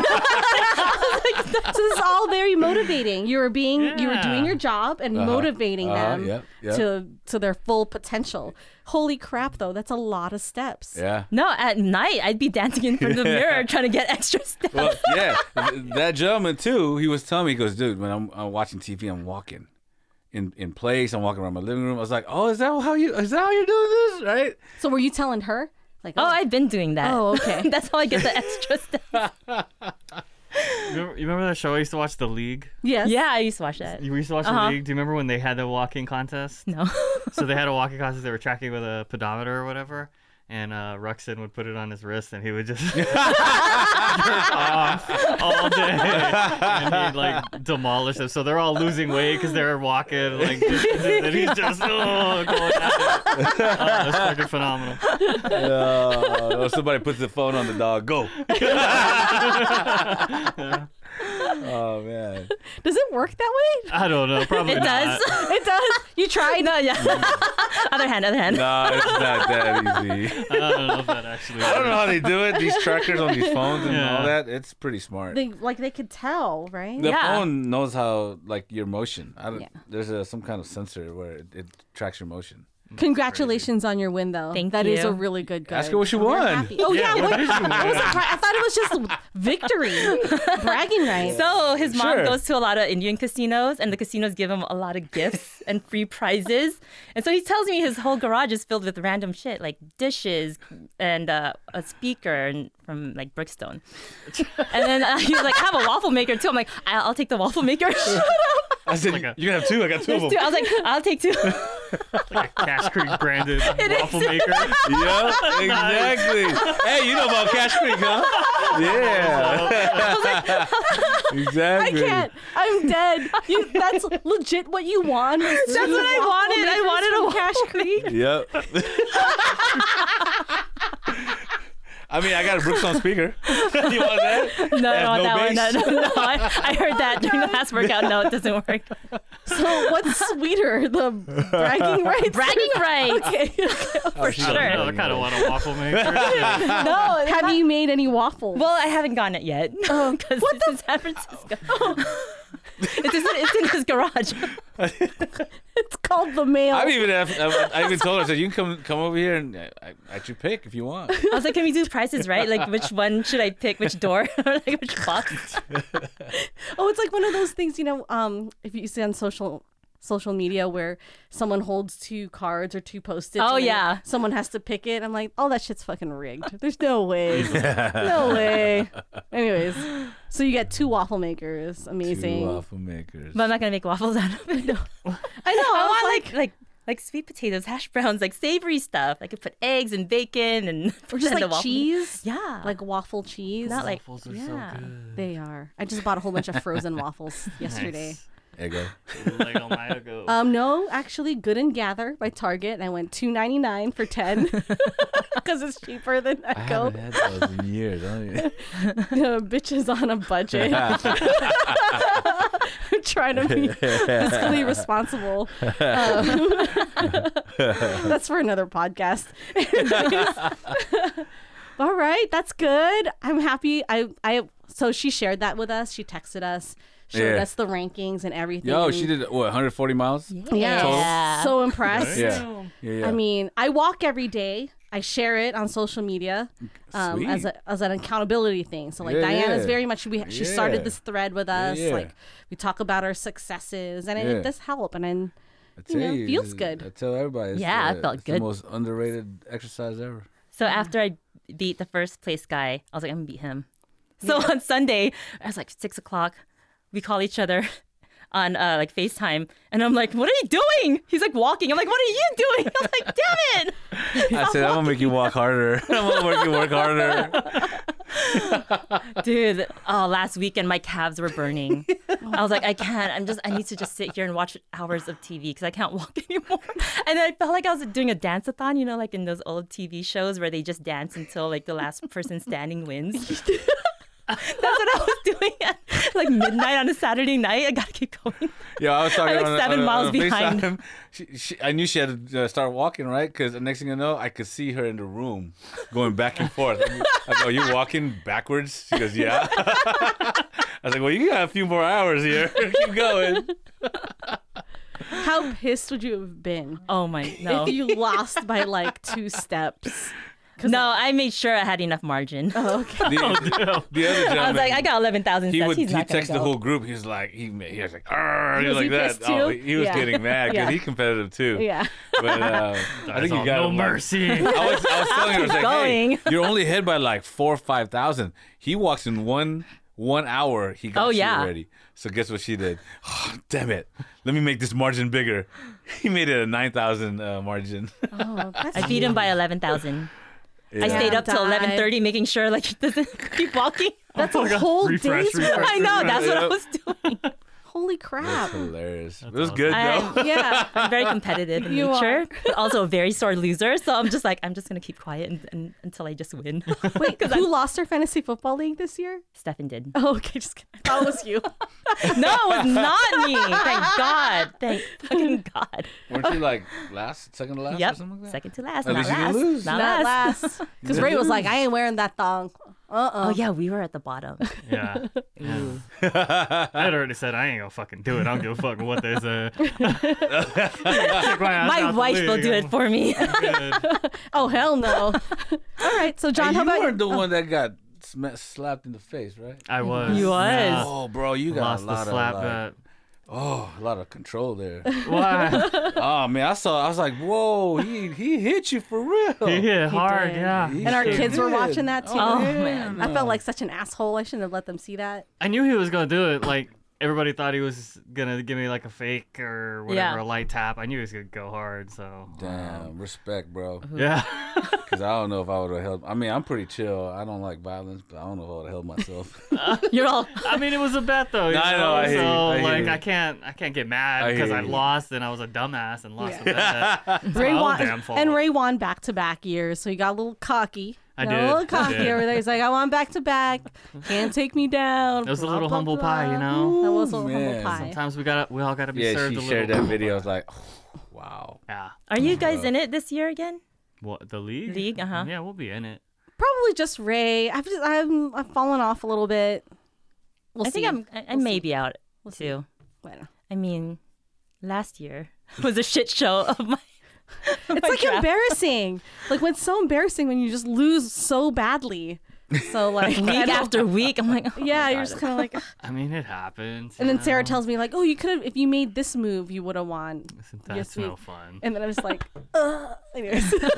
Speaker 1: so this is all very motivating. You were being, you were doing
Speaker 3: Yeah.
Speaker 1: your job and motivating
Speaker 7: Uh-huh,
Speaker 1: them
Speaker 7: yep, yep.
Speaker 1: to to their full potential. Holy crap, though, that's a lot of steps.
Speaker 7: Yeah.
Speaker 5: no, at night I'd be dancing in front of the mirror trying to get extra steps.
Speaker 7: Well, yeah, th- that gentleman too. He was telling me, he goes, dude, when I'm, I'm watching TV, I'm walking in in place. I'm walking around my living room. I was like, oh, is that how you? Is that how you're doing this? Right?
Speaker 1: So were you telling her like,
Speaker 5: Oh, I've been doing that.
Speaker 1: Oh, okay.
Speaker 5: That's how I get the extra steps.
Speaker 3: You remember, you remember that show I used to watch, The League?
Speaker 1: yes,
Speaker 5: Yeah, I used to watch that.
Speaker 3: You used to watch
Speaker 5: Uh-huh.
Speaker 3: The League? Do you remember when they had the walking contest?
Speaker 5: No.
Speaker 3: so they had a walking contest. They were tracking with a pedometer or whatever, and uh, Ruxin would put it on his wrist, and he would just jerk off all day, and he'd like demolish them. So they're all losing weight because they're walking like, just, and he's just oh, going at it. Oh, that's fucking phenomenal.
Speaker 7: Uh, or somebody puts the phone on the dog. Go. oh man.
Speaker 1: Does it work that way?
Speaker 3: I don't know. Probably
Speaker 5: It
Speaker 3: not.
Speaker 5: does.
Speaker 1: It does. You try.
Speaker 5: no, yeah. other hand, other hand.
Speaker 7: No, it's not that easy.
Speaker 3: I don't know if that actually.
Speaker 7: I don't know how they do it. These trackers on these phones and
Speaker 3: Yeah.
Speaker 7: all that. It's pretty smart.
Speaker 1: They, like they could tell, right?
Speaker 7: the
Speaker 5: Yeah.
Speaker 7: phone knows how like your motion. I don't, There's a, some kind of sensor where it, it tracks your motion.
Speaker 1: Congratulations on your win, though.
Speaker 5: Thank
Speaker 1: That is
Speaker 5: you.
Speaker 1: a really good guy.
Speaker 7: Ask her what she won.
Speaker 1: Oh yeah,
Speaker 3: Yeah,
Speaker 1: what-
Speaker 3: what did you
Speaker 1: I was
Speaker 3: win?
Speaker 1: surprised. I thought it was just victory, bragging rights.
Speaker 5: So his mom
Speaker 7: Sure.
Speaker 5: goes to a lot of Indian casinos, and the casinos give him a lot of gifts and free prizes. And so he tells me his whole garage is filled with random shit like dishes and uh, a speaker and from like Brookstone. and then uh, he's like, "I have a waffle maker too." I'm like, "I- "I'll take the waffle maker." Shut up.
Speaker 7: I said,
Speaker 3: Like a-
Speaker 7: you can have two. I got two
Speaker 5: There's two. I was like, "I'll take two.
Speaker 3: Like a Cash Creek branded waffle maker.
Speaker 7: yeah, exactly. hey, you know about Cash Creek, huh? Yeah.
Speaker 1: I
Speaker 7: exactly.
Speaker 1: can't. I'm dead. You, that's legit what you want. That's what
Speaker 5: I wanted. I wanted a
Speaker 1: Cash Creek.
Speaker 7: Yep. I mean, I got a Brookstone speaker. you want that?
Speaker 5: No,
Speaker 7: There's
Speaker 5: no,
Speaker 7: no
Speaker 5: that one. No,
Speaker 7: base.
Speaker 5: no, no. I, I heard that during the last workout. No, it doesn't work.
Speaker 1: So what's sweeter, the bragging rights?
Speaker 5: Bragging rights.
Speaker 1: Okay.
Speaker 7: For
Speaker 3: I don't know. I kind of want a waffle maker.
Speaker 1: no. Have you made any waffles?
Speaker 5: Well, I haven't gotten it yet
Speaker 1: Oh.
Speaker 5: because it's in San Francisco. it's, in, it's in his garage.
Speaker 1: it's called the mail.
Speaker 7: I even have, I, I even told her, I said, you can come come over here and I, I, I should pick if you want.
Speaker 5: I was like, "Can we do prices right? Like, which one should I pick? Which door? like, which box?"
Speaker 1: oh, it's like one of those things, you know. Um, if you see on social social media where someone holds two cards or two post-its.
Speaker 5: Oh,
Speaker 1: and then
Speaker 5: yeah.
Speaker 1: Someone has to pick it. I'm like, all that shit's fucking rigged. There's no way. no way. Anyways, so you got two waffle makers. Amazing.
Speaker 7: Two waffle makers.
Speaker 5: But I'm not gonna make waffles out of it. No.
Speaker 1: I know.
Speaker 5: I
Speaker 1: was
Speaker 5: want like like like sweet potatoes, hash browns, like savory stuff. I could put eggs and bacon and
Speaker 1: Or just
Speaker 5: and the
Speaker 1: like
Speaker 5: waffle-
Speaker 1: cheese.
Speaker 5: Yeah,
Speaker 1: Like waffle cheese.
Speaker 5: not like
Speaker 3: Waffles are
Speaker 5: yeah.
Speaker 3: so good.
Speaker 1: they are. I just bought a whole bunch of frozen waffles yesterday.
Speaker 3: Nice.
Speaker 7: Ego.
Speaker 3: Lego Mayago.
Speaker 5: Uh,
Speaker 1: Um, no, actually, Good and Gather by Target. And I went two ninety nine for ten because it's cheaper than
Speaker 7: I
Speaker 1: Echo.
Speaker 7: haven't had those in years. I don't even-
Speaker 1: Uh, bitches on a budget. I'm trying to be fiscally responsible. Um, that's for another podcast. All right, that's good. I'm happy. I I so she shared that with us. She texted us, showed
Speaker 7: Yeah.
Speaker 1: us the rankings and everything.
Speaker 7: Yo, she did what, 140 miles?
Speaker 1: Yeah.
Speaker 5: Yeah.
Speaker 1: So impressed.
Speaker 7: Yeah. yeah, yeah.
Speaker 1: I mean, I walk every day. I share it on social media um, as,
Speaker 7: Sweet.
Speaker 1: a, as an accountability thing. So like
Speaker 7: Yeah,
Speaker 1: Diana's
Speaker 7: yeah.
Speaker 1: very much we she
Speaker 7: Yeah.
Speaker 1: started this thread with us.
Speaker 7: yeah.
Speaker 1: Like we talk about our successes, and
Speaker 7: Yeah.
Speaker 1: it does help. And then
Speaker 7: I
Speaker 1: you know, feels good.
Speaker 7: I tell everybody. It's
Speaker 5: Yeah,
Speaker 7: the,
Speaker 5: it felt
Speaker 7: it's The
Speaker 5: good.
Speaker 7: most underrated exercise ever.
Speaker 5: So after I beat the first place guy, I was like, I'm gonna beat him. So on Sunday, I was like six o'clock. We call each other on uh, like FaceTime, and I'm like, "What are you doing?" He's like walking. I'm like, "What are you doing?" I'm like, "Damn it!"
Speaker 7: I said I'm gonna make you walk harder. I'm gonna make you work harder.
Speaker 5: Dude, oh, last weekend my calves were burning. I was like, I can't. I'm just. I need to just sit here and watch hours of TV because I can't walk anymore. And I felt like I was doing a dance-a-thon, you know, like in those old TV shows where they just dance until like the last person standing wins. That's what I was doing at like midnight on a Saturday night. I gotta keep going.
Speaker 7: Yeah, I was talking.
Speaker 5: like
Speaker 7: on a-
Speaker 5: seven
Speaker 7: on a- on
Speaker 5: miles
Speaker 7: a
Speaker 5: behind.
Speaker 7: FaceTime. She, she, I knew she had to uh, start walking, right? Because the next thing you know, I could see her in the room going back and forth. I go, "Are you walking backwards?" She goes, "Yeah." I was like, "Well, you got a few more hours here. Keep going."
Speaker 1: How pissed would you have been
Speaker 5: Oh my no.
Speaker 1: if you lost by like two steps?
Speaker 5: No, I made sure I had enough margin.
Speaker 7: The, the other gentleman,
Speaker 5: I was like, I got eleven thousand
Speaker 7: he
Speaker 5: steps.
Speaker 7: would
Speaker 5: He's
Speaker 7: he
Speaker 5: not gonna
Speaker 7: texted the
Speaker 5: go.
Speaker 7: whole group. He was like, he, ma- he was like, "Arr," he was
Speaker 1: Was
Speaker 7: like
Speaker 1: he
Speaker 7: that.
Speaker 1: pissed
Speaker 7: Oh,
Speaker 1: too?
Speaker 7: he was
Speaker 1: Yeah.
Speaker 7: getting mad because
Speaker 1: Yeah.
Speaker 7: he competitive too.
Speaker 1: Yeah.
Speaker 7: But uh, I think you got
Speaker 3: no
Speaker 7: him, like-
Speaker 3: mercy.
Speaker 7: I was, I was telling her, I was like,
Speaker 5: Going.
Speaker 7: hey, you're only ahead by like four or five thousand. He walks in one one hour. He got
Speaker 5: Oh,
Speaker 7: you
Speaker 5: yeah.
Speaker 7: already. So guess what she did? Oh, damn it! Let me make this margin bigger. He made it a nine thousand uh, margin.
Speaker 1: Oh,
Speaker 5: I beat him by eleven thousand. I
Speaker 7: Yeah.
Speaker 5: stayed up till
Speaker 1: Died.
Speaker 5: eleven thirty, making sure like he doesn't keep walking.
Speaker 1: That's a whole
Speaker 3: Refresh,
Speaker 1: day's
Speaker 3: refresh.
Speaker 1: worth.
Speaker 5: I know that's what I
Speaker 7: Yep.
Speaker 5: was doing.
Speaker 1: Holy
Speaker 5: Oh.
Speaker 1: crap.
Speaker 7: That's hilarious. it was good
Speaker 5: I-
Speaker 7: though.
Speaker 1: Yeah.
Speaker 5: I'm very competitive in
Speaker 1: You
Speaker 5: nature,
Speaker 1: are.
Speaker 5: but also a very sore loser. So I'm just like, I'm just gonna keep quiet and, and, until I just win.
Speaker 1: Wait, who lost their fantasy football league this year?
Speaker 5: Stefan did.
Speaker 1: Oh, okay, just kidding. I thought it was you.
Speaker 5: No, it was not me. Thank God. Thank fucking God.
Speaker 7: Weren't you like last, second to last, or
Speaker 5: Yep.
Speaker 7: something like that?
Speaker 5: Second to last.
Speaker 7: At
Speaker 5: not
Speaker 7: least you didn't
Speaker 5: last.
Speaker 7: lose.
Speaker 5: Not,
Speaker 1: Not
Speaker 5: last.
Speaker 1: last. Because Ray was like, I ain't wearing that thong. Uh uh
Speaker 5: Oh yeah, we were at the bottom.
Speaker 3: Yeah. yeah. I had already said I ain't gonna fucking do it. I don't give a fuck what they say.
Speaker 5: My wife will do it for me.
Speaker 1: Oh, hell no. All right, so John,
Speaker 7: Hey,
Speaker 1: how
Speaker 7: you
Speaker 1: about Oh.
Speaker 7: weren't the one that got sma- slapped in the face, right?
Speaker 3: I was.
Speaker 5: You was.
Speaker 3: Yeah.
Speaker 7: Oh, bro, you
Speaker 3: Lost
Speaker 7: got a
Speaker 3: the
Speaker 7: lot
Speaker 3: slap.
Speaker 7: of like,
Speaker 3: But
Speaker 7: oh, a lot of control there.
Speaker 3: why?
Speaker 7: oh man, I saw. I was like, whoa, he he hit you for real.
Speaker 3: He hit hard.
Speaker 1: did.
Speaker 3: Yeah.
Speaker 7: He
Speaker 1: And our
Speaker 7: sure
Speaker 1: kids were
Speaker 7: did.
Speaker 1: watching that too.
Speaker 5: Oh man.
Speaker 1: I felt like such an asshole. I shouldn't have let them see that.
Speaker 3: I knew he was gonna do it. Like everybody thought he was gonna give me like a fake or whatever,
Speaker 5: Yeah.
Speaker 3: a light tap. I knew he was gonna go hard. So
Speaker 7: Damn, respect, bro.
Speaker 3: yeah.
Speaker 7: Because I don't know if I would have held. I mean, I'm pretty chill. I don't like violence, but I don't know if I would have held myself.
Speaker 5: You're all
Speaker 3: I mean, it was a bet though. you
Speaker 7: No, I know, I hear you,
Speaker 3: so
Speaker 7: I hear
Speaker 3: like,
Speaker 7: you.
Speaker 3: I can't, I can't get
Speaker 7: I
Speaker 3: mad
Speaker 7: hear
Speaker 3: because I,
Speaker 7: you.
Speaker 3: lost and I was a dumbass and lost the bet. It's
Speaker 1: Ray
Speaker 3: my own
Speaker 1: won,
Speaker 3: damn fault.
Speaker 1: and Ray won back to back years, so he got a little cocky.
Speaker 3: I
Speaker 1: got
Speaker 3: did,
Speaker 1: A
Speaker 3: I
Speaker 1: little cocky
Speaker 3: did.
Speaker 1: over there. He's like, I want back to back. Can't take me down.
Speaker 3: It was a
Speaker 1: blah,
Speaker 3: little
Speaker 1: blah,
Speaker 3: humble pie,
Speaker 1: blah.
Speaker 3: you know.
Speaker 1: That was a little
Speaker 7: Man.
Speaker 1: humble pie.
Speaker 3: Sometimes we gotta, we all gotta be
Speaker 7: yeah,
Speaker 3: served
Speaker 7: she
Speaker 3: a little.
Speaker 7: shared that video. I was like, wow.
Speaker 3: Yeah.
Speaker 5: Are you guys in it this year again?
Speaker 3: What the league? Mm,
Speaker 5: League, uh-huh.
Speaker 3: Yeah, we'll be in it.
Speaker 1: Probably just Ray. I've just I'm I've fallen off a little bit. We'll
Speaker 5: I think
Speaker 1: see.
Speaker 5: I'm I, I may be out too.
Speaker 1: I don't know.
Speaker 5: I mean, last year was a shit show of my Oh
Speaker 1: It's like embarrassing. Like when it's so embarrassing when you just lose so badly. So like I
Speaker 5: week
Speaker 1: don't-
Speaker 5: after week. I'm like, oh,
Speaker 1: Yeah, you're just kind of like,
Speaker 3: I mean, it happens.
Speaker 1: and
Speaker 3: you
Speaker 1: then Sarah
Speaker 3: know?
Speaker 1: tells me like, "Oh, you could have if you made this move, you would have won."
Speaker 3: That's
Speaker 1: yes, we-
Speaker 3: no fun.
Speaker 1: And then I'm just like, Ugh. anyways.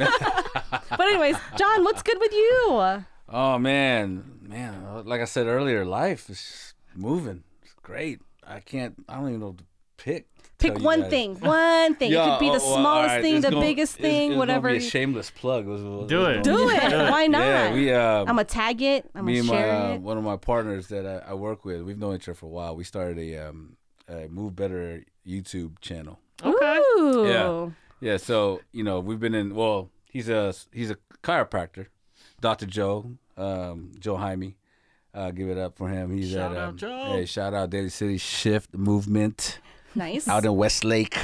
Speaker 1: but anyways, John, what's good with you?
Speaker 7: Oh man, man. Like I said earlier, life is moving. It's great. I can't. I don't even know what to pick. to
Speaker 1: Pick
Speaker 7: tell you
Speaker 1: one
Speaker 7: guys.
Speaker 1: thing, one thing.
Speaker 7: Yeah,
Speaker 1: it could be the
Speaker 7: oh, well,
Speaker 1: smallest
Speaker 7: alright,
Speaker 1: thing,
Speaker 7: it's
Speaker 1: the
Speaker 7: gonna-
Speaker 1: biggest
Speaker 7: it's-
Speaker 1: thing,
Speaker 7: it's gonna
Speaker 1: whatever.
Speaker 7: Be a
Speaker 1: you-
Speaker 7: shameless plug. It's- it's
Speaker 3: Do it.
Speaker 7: gonna-
Speaker 1: Do it. Why not?
Speaker 7: Yeah, we. Uh,
Speaker 1: I'm gonna tag it. I'm
Speaker 7: me
Speaker 1: gonna
Speaker 7: and my
Speaker 1: share
Speaker 7: uh,
Speaker 1: it.
Speaker 7: one of my partners that I, I work with, we've known each other for a while. We started a, um, a Move Better YouTube channel.
Speaker 3: Okay.
Speaker 1: Ooh.
Speaker 7: Yeah. Yeah, so you know we've been in. Well, he's a he's a chiropractor, Doctor Joe, um, Joe Jaime. Uh, give it up for him. He's
Speaker 3: Shout
Speaker 7: at
Speaker 3: out,
Speaker 7: um,
Speaker 3: Joe.
Speaker 7: Hey, shout out Daily City Shift Movement
Speaker 1: Nice.
Speaker 7: out in Westlake,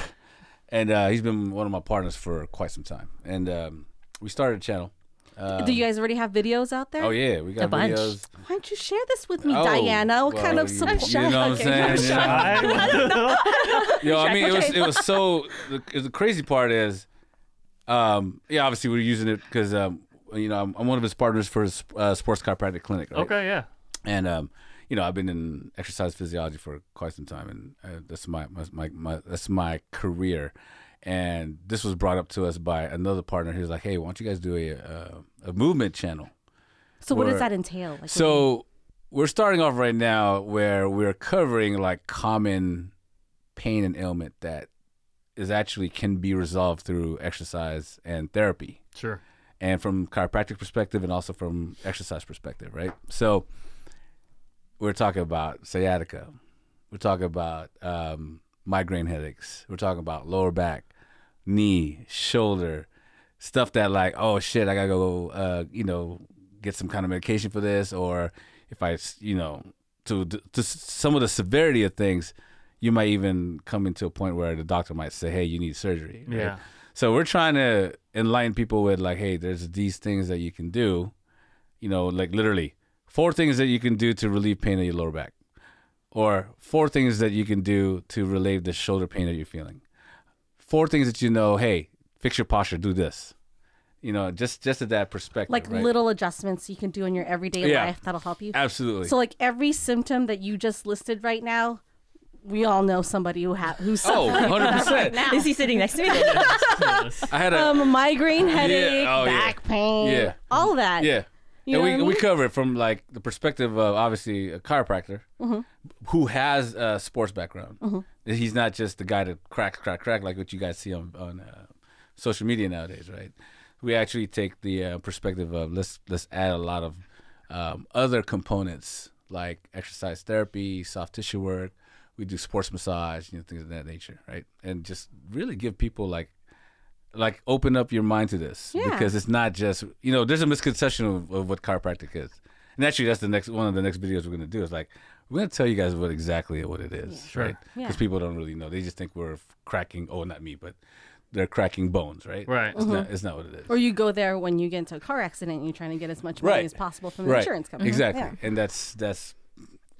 Speaker 7: and uh, he's been one of my partners for quite some time. And um, we started a channel. Uh,
Speaker 1: Do you guys already have videos out there?
Speaker 7: Oh yeah, we got
Speaker 5: A bunch.
Speaker 7: videos.
Speaker 1: Why don't you share this with me,
Speaker 7: Oh,
Speaker 1: Diana? What kind
Speaker 7: well,
Speaker 1: of
Speaker 7: you-
Speaker 1: support?
Speaker 7: You know what I'm saying? You know? Yo, I mean, it was it was so the, the crazy part is, um, yeah, obviously we're using it because um, you know I'm, I'm one of his partners for his uh, sports chiropractic clinic. Right?
Speaker 3: Okay. Yeah.
Speaker 7: and um, you know I've been in exercise physiology for quite some time, and uh, that's my, my, my my that's my career. And this was brought up to us by another partner. He was like, "Hey, why don't you guys do a uh, a movement channel?"
Speaker 1: so what
Speaker 7: were-
Speaker 1: does that entail? Like,
Speaker 7: So we're starting off right now where we're covering like common pain and ailment that is actually can be resolved through exercise and therapy
Speaker 3: Sure.
Speaker 7: and from chiropractic perspective and also from exercise perspective, right? So we're talking about sciatica. We're talking about um, migraine headaches. We're talking about lower back, knee, shoulder, stuff that like, oh shit, I gotta go, uh, you know, get some kind of medication for this, or if I, s- you know, to to s- some of the severity of things, you might even come into a point where the doctor might say, "Hey, you need surgery." right?
Speaker 3: Yeah.
Speaker 7: So we're trying to enlighten people with like, "Hey, there's these things that you can do." You know, like literally four things that you can do to relieve pain in your lower back, or four things that you can do to relieve the shoulder pain that you're feeling. Four things that you know, hey, fix your posture, do this. You know, just just at that perspective,
Speaker 1: like
Speaker 7: right?
Speaker 1: little adjustments you can do in your everyday
Speaker 7: Yeah.
Speaker 1: life that'll help you.
Speaker 7: Absolutely.
Speaker 1: So like every symptom that you just listed right now, we all know somebody who ha- who's
Speaker 7: Oh,
Speaker 1: suffering
Speaker 7: 100 percent.
Speaker 5: Is he sitting next to me?
Speaker 7: I had a
Speaker 1: from migraine, headache,
Speaker 7: oh, yeah.
Speaker 1: back pain,
Speaker 7: Yeah.
Speaker 1: all that.
Speaker 7: yeah.
Speaker 1: You
Speaker 7: and
Speaker 1: know
Speaker 7: we,
Speaker 1: what I mean?
Speaker 7: we cover it from like the perspective of obviously a chiropractor
Speaker 1: Mm-hmm.
Speaker 7: who has a sports background. He's not just the guy that cracks, crack, crack like what you guys see on on uh, social media nowadays, right? We actually take the uh, perspective of let's let's add a lot of um, other components like exercise therapy, soft tissue work. We do sports massage, you know, things of that nature, right? And just really give people like like open up your mind to this
Speaker 1: Yeah.
Speaker 7: because it's not just you know there's a misconception of, of what chiropractic is and actually that's the next one of the next videos we're going to do is like we're going to tell you guys what exactly what it is
Speaker 3: Sure.
Speaker 7: right
Speaker 1: Yeah.
Speaker 7: because people don't really know they just think we're cracking oh not me but they're cracking bones right
Speaker 3: Right.
Speaker 7: it's, not, it's not what it is
Speaker 1: Mm-hmm. Or you go there when you get into a car accident and you're trying to get as much money
Speaker 7: Right.
Speaker 1: as possible from the insurance company.
Speaker 7: Exactly.
Speaker 1: Yeah.
Speaker 7: And that's that's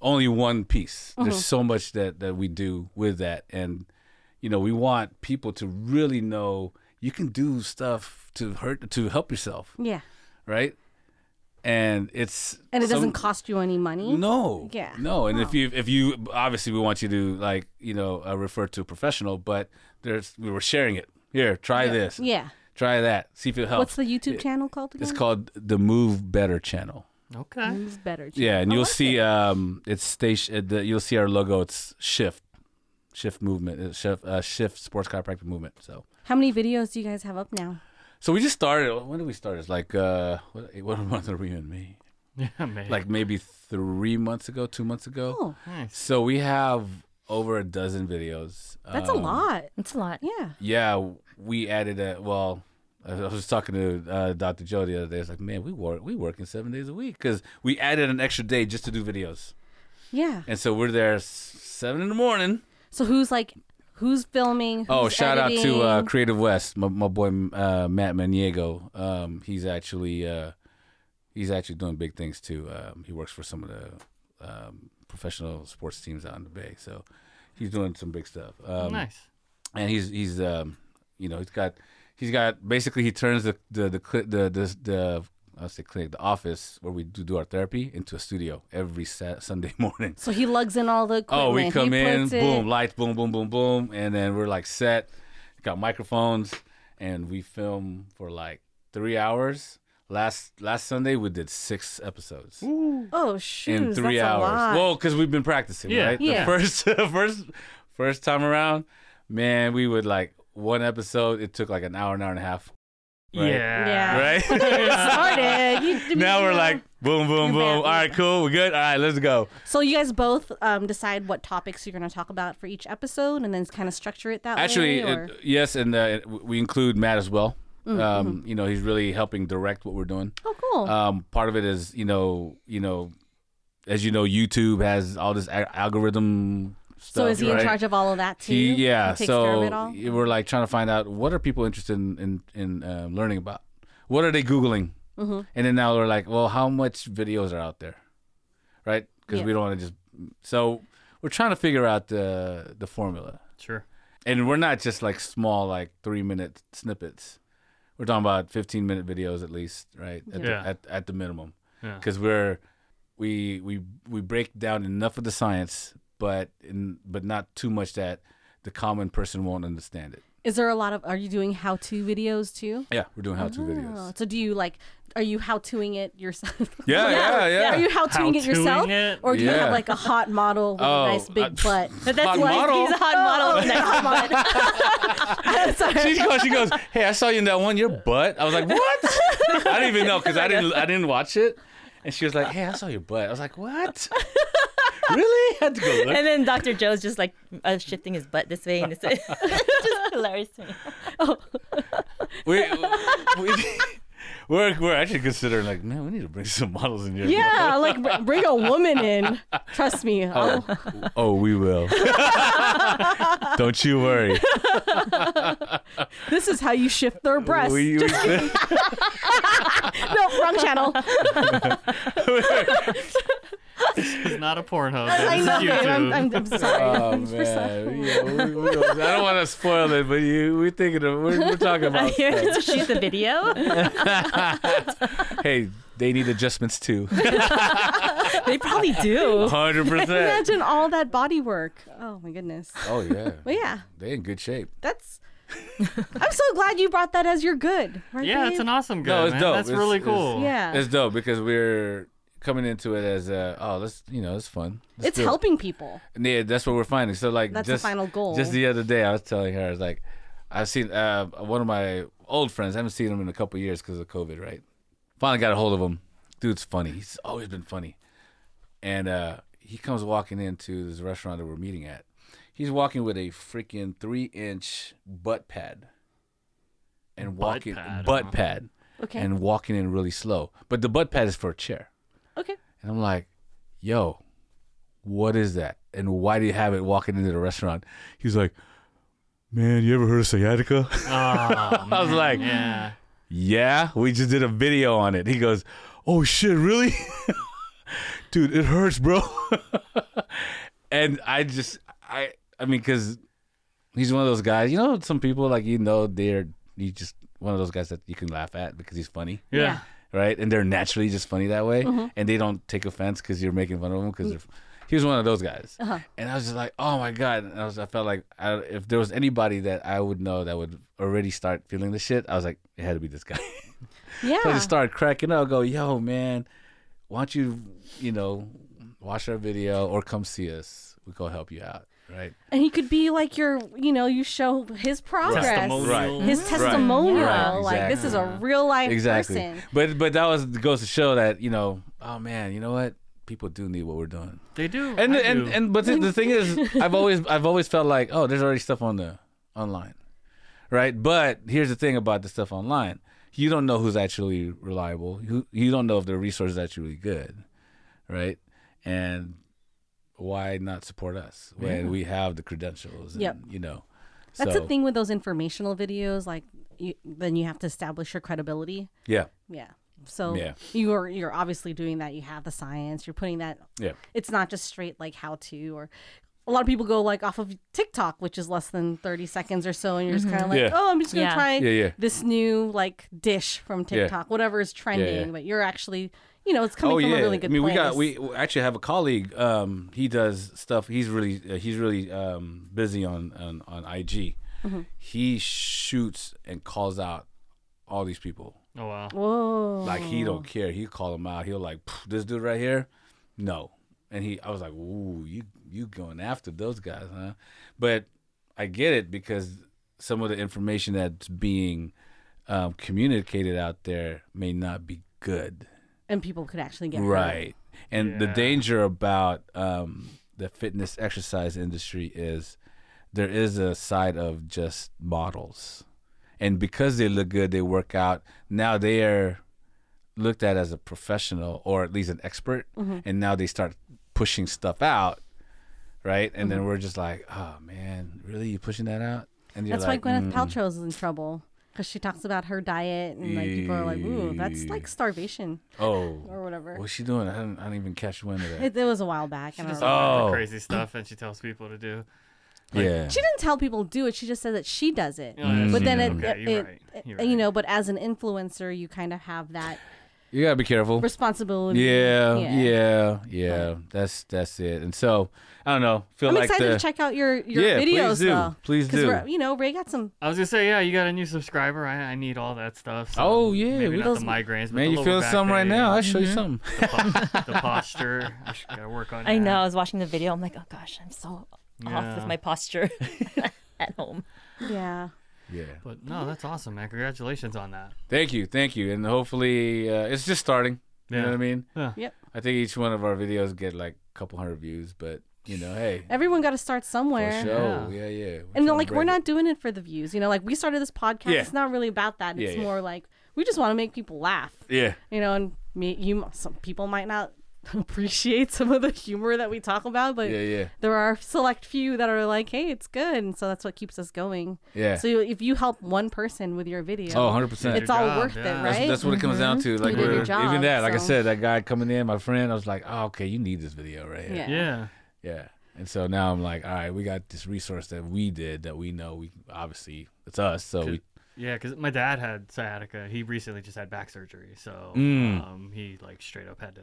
Speaker 7: only one piece.
Speaker 1: Mm-hmm.
Speaker 7: There's so much that that we do with that and you know, we want people to really know you can do stuff to hurt to help yourself,
Speaker 1: Yeah.
Speaker 7: right? And it's
Speaker 1: And it
Speaker 7: some-
Speaker 1: doesn't cost you any money.
Speaker 7: no.
Speaker 1: Yeah.
Speaker 7: No. And if you if you obviously we want you to like, you know, uh, refer to a professional, but there's we were sharing it. Here, try this.
Speaker 1: Yeah.
Speaker 7: Try that. See if it helps.
Speaker 1: What's the YouTube channel called again?
Speaker 7: It's called the Move Better channel.
Speaker 3: Okay.
Speaker 1: It's better.
Speaker 7: Yeah, and you'll see um it's station uh, the, you'll see our logo it's shift shift movement uh, shift uh, shift sports chiropractic movement. So
Speaker 1: How many videos do you guys have up now?
Speaker 7: so we just started when did we start? It's like uh what, what month are we in May?
Speaker 3: Yeah, man.
Speaker 7: Like maybe 3 months ago, 2 months ago.
Speaker 1: Oh,
Speaker 7: So we have over a dozen videos.
Speaker 1: that's a
Speaker 7: Um,
Speaker 1: lot.
Speaker 5: It's a lot.
Speaker 1: Yeah.
Speaker 7: Yeah, we added a well I was just talking to uh, Dr. Joe the other day. It's like, man, we work we working seven days a week because we added an extra day just to do videos.
Speaker 1: Yeah.
Speaker 7: And so we're there s- seven in the morning.
Speaker 1: So who's like, who's filming?
Speaker 7: Oh,
Speaker 1: who's
Speaker 7: shout out
Speaker 1: editing?
Speaker 7: to uh, Creative West, my, my boy uh, Matt Maniego. Um, he's actually uh, he's actually doing big things too. Um, he works for some of the um, professional sports teams out in the Bay, so he's doing some big stuff. Um,
Speaker 3: nice.
Speaker 7: And he's he's um, you know he's got he's got basically he turns the the the cli- the the, the I say clinic the office where we do, do our therapy into a studio every Sat- Sunday morning.
Speaker 1: So he lugs in all the equipment.
Speaker 7: Oh, we
Speaker 1: He
Speaker 7: come in,
Speaker 1: puts it-
Speaker 7: boom, lights, boom, boom, boom, boom, and then we're like set. Got microphones, and we film for like three hours. Last last Sunday we did six episodes
Speaker 1: Oh, shoot.
Speaker 7: in three
Speaker 1: that's
Speaker 7: hours.
Speaker 1: A lot.
Speaker 7: Well, because we've been practicing,
Speaker 3: Yeah.
Speaker 7: right?
Speaker 1: Yeah.
Speaker 7: The first first first time around, man, we would like one episode. It took like an hour, an hour and a half, Right.
Speaker 3: Yeah.
Speaker 1: Yeah.
Speaker 7: right?
Speaker 1: started. You-
Speaker 7: now
Speaker 1: you
Speaker 7: we're
Speaker 1: know.
Speaker 7: like boom,
Speaker 1: You're
Speaker 7: boom, boom.
Speaker 1: back.
Speaker 7: All right, cool, we're good. All right, let's go.
Speaker 1: So you guys both um, decide what topics you're going to talk about for each episode, and then kind of structure it that
Speaker 7: Actually,
Speaker 1: way. or-
Speaker 7: it, yes, and uh, we include Matt as well. Um, you know, he's really helping direct what we're doing.
Speaker 1: oh, Mm, mm-hmm. cool.
Speaker 7: Um, part of it is you know, you know, as you know, YouTube has all this a- algorithm stuff.
Speaker 1: so is he
Speaker 7: right?
Speaker 1: in charge of all of that too?
Speaker 7: He, yeah.
Speaker 1: He takes
Speaker 7: so
Speaker 1: care of it all.
Speaker 7: we're like trying to find out what are people interested in in, in uh, learning about. What are they googling?
Speaker 1: Mm-hmm.
Speaker 7: And then now we're like, well, how much videos are out there, right? Because
Speaker 1: Yeah.
Speaker 7: we don't want to just. So we're trying to figure out the the formula
Speaker 3: Sure.
Speaker 7: and we're not just like small like three minute snippets we're talking about 15 minute videos at least right at,
Speaker 3: Yeah.
Speaker 7: the, at, at the minimum
Speaker 3: Yeah.
Speaker 7: because we're we we we break down enough of the science but in, but not too much that the common person won't understand it
Speaker 1: Is there a lot of? Are you doing how-to videos too?
Speaker 7: yeah we're doing how-to
Speaker 1: Oh,
Speaker 7: videos
Speaker 1: so do you like? Are you how-toing it yourself?
Speaker 7: yeah yeah yeah,
Speaker 1: Are you how-toing it
Speaker 3: How-toing
Speaker 1: yourself,
Speaker 3: it?
Speaker 1: or do you
Speaker 7: Yeah.
Speaker 1: have like a hot model with
Speaker 7: Oh,
Speaker 1: a nice big
Speaker 7: uh,
Speaker 1: butt?
Speaker 5: But that's
Speaker 7: Hot
Speaker 5: why
Speaker 7: model?
Speaker 5: he's a hot model. with that hot model.
Speaker 7: she goes, she goes, hey, I saw you in that one, your butt. I was like, what? I didn't even know because I didn't, I didn't watch it. And she was like, hey, I saw your butt. I was like, what? really? I had to go look.
Speaker 5: And then Dr. Joe's just like uh, shifting his butt this way, and it's it's just hilarious to me.
Speaker 7: We, we, We're, we're actually considering like, man, we need to bring some models in here.
Speaker 1: Yeah, like br- bring a woman in. Trust me. I'll-
Speaker 7: Oh, we will. Don't you worry.
Speaker 1: this is how you shift their breasts.
Speaker 7: We, we,
Speaker 1: no, wrong channel.
Speaker 3: It's not a Pornhub.
Speaker 1: I
Speaker 3: This is
Speaker 1: know, babe.
Speaker 3: YouTube.
Speaker 1: I'm, I'm, I'm sorry.
Speaker 7: oh
Speaker 1: I'm for sorry.
Speaker 7: man, Yeah, we- we- I don't want to spoil it, but you, we're thinking of we're, we're talking about. stuff.
Speaker 5: Shoot the video.
Speaker 7: hey, they need adjustments too.
Speaker 5: they probably do.
Speaker 7: Hundred percent.
Speaker 1: Imagine all that body work. Oh my goodness.
Speaker 7: Oh yeah,
Speaker 1: But yeah,
Speaker 7: they in good shape.
Speaker 1: that's. I'm so glad you brought that as your good. Right,
Speaker 3: yeah, it's
Speaker 1: babe?
Speaker 3: an awesome guy.
Speaker 7: No, it's
Speaker 3: man.
Speaker 7: dope.
Speaker 3: That's
Speaker 7: It's-
Speaker 3: really
Speaker 7: it's-
Speaker 3: cool.
Speaker 1: Yeah,
Speaker 7: It's
Speaker 1: it's,
Speaker 7: dope because we're coming into it as a oh, let's you know, it's fun. Let's do it.
Speaker 1: helping people.
Speaker 7: Yeah, that's what we're finding. So like
Speaker 1: That's the
Speaker 7: just,
Speaker 1: final goal.
Speaker 7: Just the other day, I was telling her, I was like, I've seen uh, one of my old friends. I haven't seen him in a couple of years because of COVID, right? Finally got a hold of him. Dude's funny. He's always been funny. And uh, he comes walking into this restaurant that we're meeting at. He's walking with a freaking three inch butt pad. And
Speaker 3: Butt
Speaker 7: walking
Speaker 3: pad,
Speaker 7: butt
Speaker 3: huh?
Speaker 7: pad.
Speaker 1: Okay.
Speaker 7: And walking in really slow. But the butt pad is for a chair.
Speaker 1: Okay.
Speaker 7: And I'm like, yo, what is that? And why do you have it walking into the restaurant? He's like, man, you ever heard of sciatica?
Speaker 3: Oh,
Speaker 7: I was like,
Speaker 3: yeah.
Speaker 7: yeah, we just did a video on it. He goes, oh shit, really? Dude, it hurts, bro. and I just, I, I mean, cause he's one of those guys, you know, some people like, you know, they're, you just, one of those guys that you can laugh at because he's funny
Speaker 3: Yeah.
Speaker 1: Yeah.
Speaker 7: right? And they're naturally just funny that way,
Speaker 1: Mm-hmm.
Speaker 7: and they don't take offense because you're making fun of them.
Speaker 1: Mm.
Speaker 7: Because he was one of those guys,
Speaker 1: Uh-huh.
Speaker 7: and I was just like, oh my god! And I was, I felt like I, if there was anybody that I would know that would already start feeling this shit, I was like, it had to be this guy.
Speaker 1: Yeah.
Speaker 7: I just started cracking up. Go, yo, man, why don't you, you know, watch our video or come see us? We go help you out, right?
Speaker 1: and he could be like your, you know, you show his progress,
Speaker 3: Testimonial.
Speaker 1: his testimonial.
Speaker 7: Right,
Speaker 1: Like this is a
Speaker 7: exactly.
Speaker 1: real life
Speaker 7: Exactly.
Speaker 1: person.
Speaker 7: But but that was goes to show that you know, oh man, you know what? People do need what we're doing.
Speaker 3: They do.
Speaker 7: and
Speaker 3: I
Speaker 7: and
Speaker 3: do.
Speaker 7: and but the, the thing is, I've always I've always felt like oh, there's already stuff on the online, right? But here's the thing about the stuff online: you don't know who's actually reliable. Who you don't know if the resource is actually good, right? And why not support us when we have the credentials? And,
Speaker 1: Yep.
Speaker 7: You know,
Speaker 1: That's
Speaker 7: so,
Speaker 1: the thing with those informational videos. Like, you, then you have to establish your credibility.
Speaker 7: Yeah.
Speaker 1: Yeah. So
Speaker 7: Yeah.
Speaker 1: you are you're obviously doing that. You have the science. You're putting that.
Speaker 7: Yeah.
Speaker 1: It's not just straight like how to or. A lot of people go like off of TikTok, which is less than thirty seconds or so, and you're just kind of like,
Speaker 7: Yeah.
Speaker 1: "Oh, I'm just gonna
Speaker 5: Yeah.
Speaker 1: try
Speaker 7: Yeah, yeah.
Speaker 1: this new like dish from TikTok, whatever is trending." But you're actually, you know, it's coming from a really good.
Speaker 7: Oh, I mean,
Speaker 1: place.
Speaker 7: we got we we actually have a colleague. Um, he does stuff. He's really uh, he's really um, busy on on, on IG.
Speaker 1: Mm-hmm.
Speaker 7: He shoots and calls out all these people.
Speaker 3: oh wow.
Speaker 1: Whoa.
Speaker 7: Like he
Speaker 1: Oh.
Speaker 7: don't care. He call them out. He'll like "Pff, this dude right here. No, and he I was like, ooh, you you going after those guys, huh? But I get it because some of the information that's being um, communicated out there may not be good
Speaker 1: and people could actually get hurt.
Speaker 7: right and the
Speaker 3: Yeah.
Speaker 7: danger about um, the fitness exercise industry is there is a side of just models and because they look good they work out now they are looked at as a professional or at least an expert
Speaker 1: Mm-hmm.
Speaker 7: and now they start pushing stuff out right and
Speaker 1: Mm-hmm.
Speaker 7: then we're just like oh man really you pushing that out and you're
Speaker 1: That's
Speaker 7: like,
Speaker 1: why Gwyneth
Speaker 7: "Mm,
Speaker 1: Paltrow's in trouble because she talks about her diet and like people are like, "Ooh, that's like starvation or
Speaker 7: oh
Speaker 1: whatever."
Speaker 7: what's she doing i don't, I don't even catch wind of that
Speaker 1: It, it was a while back. I don't
Speaker 3: Just
Speaker 1: know.
Speaker 3: all kinds of
Speaker 7: Oh.
Speaker 3: crazy stuff, and she tells people to do.
Speaker 7: yeah Mm-hmm.
Speaker 1: She didn't tell people to do it. She just said that she does it.
Speaker 3: Oh,
Speaker 7: Mm.
Speaker 3: yeah,
Speaker 1: But
Speaker 3: she
Speaker 1: then
Speaker 3: did.
Speaker 1: it,
Speaker 3: Okay,
Speaker 1: it,
Speaker 3: you're
Speaker 1: it-
Speaker 3: right.
Speaker 1: it-
Speaker 3: You're
Speaker 1: you
Speaker 3: right.
Speaker 1: know, but as an influencer, you kind of have that
Speaker 7: you gotta be careful
Speaker 1: responsibility.
Speaker 7: Yeah, yeah, yeah. That's that's it. And so I don't know. Feel
Speaker 1: I'm
Speaker 7: like
Speaker 1: excited
Speaker 7: the,
Speaker 1: to check out your your
Speaker 7: Yeah, please
Speaker 1: videos
Speaker 7: do.
Speaker 1: though.
Speaker 7: Please
Speaker 1: 'Cause
Speaker 7: do.
Speaker 1: we're- You know, Ray got some.
Speaker 3: I was gonna say, yeah, you got a new subscriber. I, I need all that stuff. So
Speaker 7: Oh, yeah,
Speaker 3: maybe
Speaker 7: we-
Speaker 3: not
Speaker 1: Those-
Speaker 3: the migraines. But
Speaker 7: man,
Speaker 3: the
Speaker 7: you
Speaker 3: lower
Speaker 7: feeling
Speaker 3: back
Speaker 7: something right
Speaker 3: pain,
Speaker 7: now? I'll show
Speaker 1: Mm-hmm.
Speaker 7: you something.
Speaker 3: The, pos- the posture. I should, gotta work on.
Speaker 5: I
Speaker 3: that.
Speaker 5: know. I was watching the video. I'm like, oh gosh, I'm so off
Speaker 3: Yeah.
Speaker 5: with my posture at home.
Speaker 1: Yeah.
Speaker 7: Yeah.
Speaker 3: But no, that's awesome, man. Congratulations on that.
Speaker 7: Thank you, thank you. And hopefully, uh, it's just starting. You know
Speaker 3: Yeah.
Speaker 7: what I mean?
Speaker 3: Yeah.
Speaker 1: Yep.
Speaker 7: I think each one of our videos get like a couple hundred views, but you know, hey,
Speaker 1: Everyone got to start
Speaker 7: for
Speaker 1: somewhere.
Speaker 7: show, yeah, yeah. We're
Speaker 1: and
Speaker 7: trying to
Speaker 1: like we're
Speaker 7: break it.
Speaker 1: not doing it for the views you know like we started this podcast
Speaker 7: Yeah.
Speaker 1: it's not really about that it's
Speaker 7: Yeah, yeah.
Speaker 1: more like we just want to make people laugh.
Speaker 7: Yeah.
Speaker 1: You know, and me, you, some people might not appreciate some of the humor that we talk about, but
Speaker 7: Yeah, yeah.
Speaker 1: there are select few that are like, hey, it's good, and so that's what keeps us going.
Speaker 7: Yeah.
Speaker 1: So if you help one person with your video,
Speaker 7: Oh, 100%.
Speaker 1: it's
Speaker 3: Your
Speaker 1: all
Speaker 3: job,
Speaker 1: worth
Speaker 3: yeah.
Speaker 1: it,
Speaker 3: That's-
Speaker 1: right? Mm-hmm.
Speaker 7: That's what it comes down to. Like
Speaker 1: did your
Speaker 7: we're-
Speaker 1: job,
Speaker 7: even that, like I
Speaker 1: so-
Speaker 7: said, that guy coming in, my friend, I was like, oh, okay, you need this video right here.
Speaker 1: Yeah.
Speaker 3: Yeah.
Speaker 7: Yeah. And so now I'm like, all right, we got this resource that we did that we know we obviously it's us. So we
Speaker 3: Yeah, because my dad had sciatica. He recently just had back surgery, so
Speaker 7: Mm.
Speaker 3: um, he like straight up had to.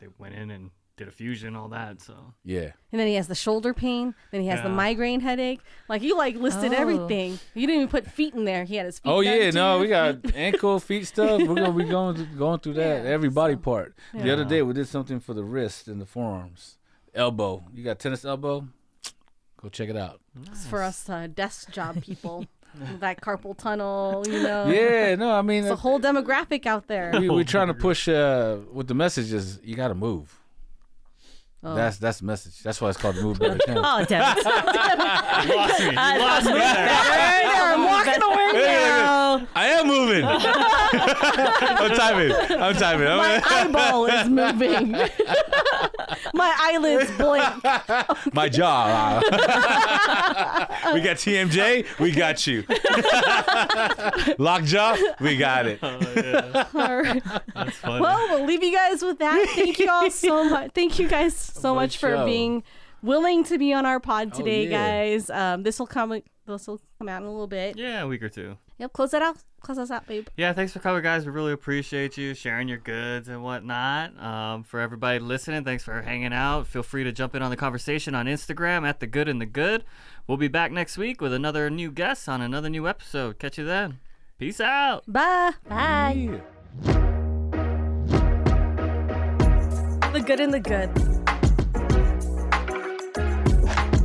Speaker 3: They went in and did a fusion, all that. So
Speaker 7: yeah.
Speaker 1: And then he has the shoulder pain. Then he has the
Speaker 3: Yeah.
Speaker 1: migraine headache. Like you like listed
Speaker 5: Oh.
Speaker 1: everything. You didn't even put feet in there. He had his feet.
Speaker 7: Oh
Speaker 1: done
Speaker 7: yeah,
Speaker 1: too.
Speaker 7: no, we got ankle, feet stuff. We're gonna be going th- going through that every body part. The other day we did something for the wrist and the forearms, elbow. You got tennis elbow? Go check it out.
Speaker 1: It's for us uh, desk job people. that carpal tunnel, you know.
Speaker 7: Yeah, no, I mean,
Speaker 1: Oh.
Speaker 7: uh,
Speaker 1: It's a whole demographic out there.
Speaker 7: we, we're trying to push. Uh, what the message is, you got to move.
Speaker 1: Oh.
Speaker 7: That's that's the message. That's why it's called move better. Channel.
Speaker 5: Oh, damn it.
Speaker 3: you lost
Speaker 5: Uh,
Speaker 3: me. You lost me there.
Speaker 1: I'm walking away now.
Speaker 4: I am moving. I'm timing. I'm timing. I'm
Speaker 1: My eyeball is moving. My eyelids blink.
Speaker 4: my jaw. we got TMJ. We got you. Lockjaw. We got it.
Speaker 1: All right.
Speaker 3: That's funny.
Speaker 1: Well, we'll leave you guys with that. Thank you all so much. Thank you guys so much for
Speaker 7: show. Oh,
Speaker 1: being willing to be on our pod today,
Speaker 7: yeah.
Speaker 1: guys. Um, this will come. This will come out in a little bit.
Speaker 3: yeah, a week or two.
Speaker 1: Yep. Close that out. Close us out, babe.
Speaker 3: Yeah, thanks for coming, guys. We really appreciate you sharing your goods and whatnot. Um, for everybody listening, thanks for hanging out. Feel free to jump in on the conversation on Instagram at the Good and the Good. We'll be back next week with another new guest on another new episode. Catch you then. Peace out.
Speaker 1: Bye.
Speaker 5: Bye.
Speaker 1: The good and the good.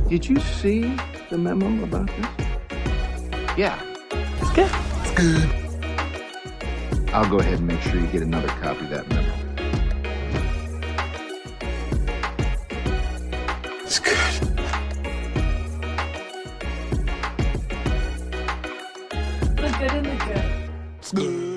Speaker 2: Did you see the memo about this? Yeah. It's good. It's good. I'll go ahead and make sure you get another copy of that memo.
Speaker 1: The good and the good.
Speaker 4: It's good.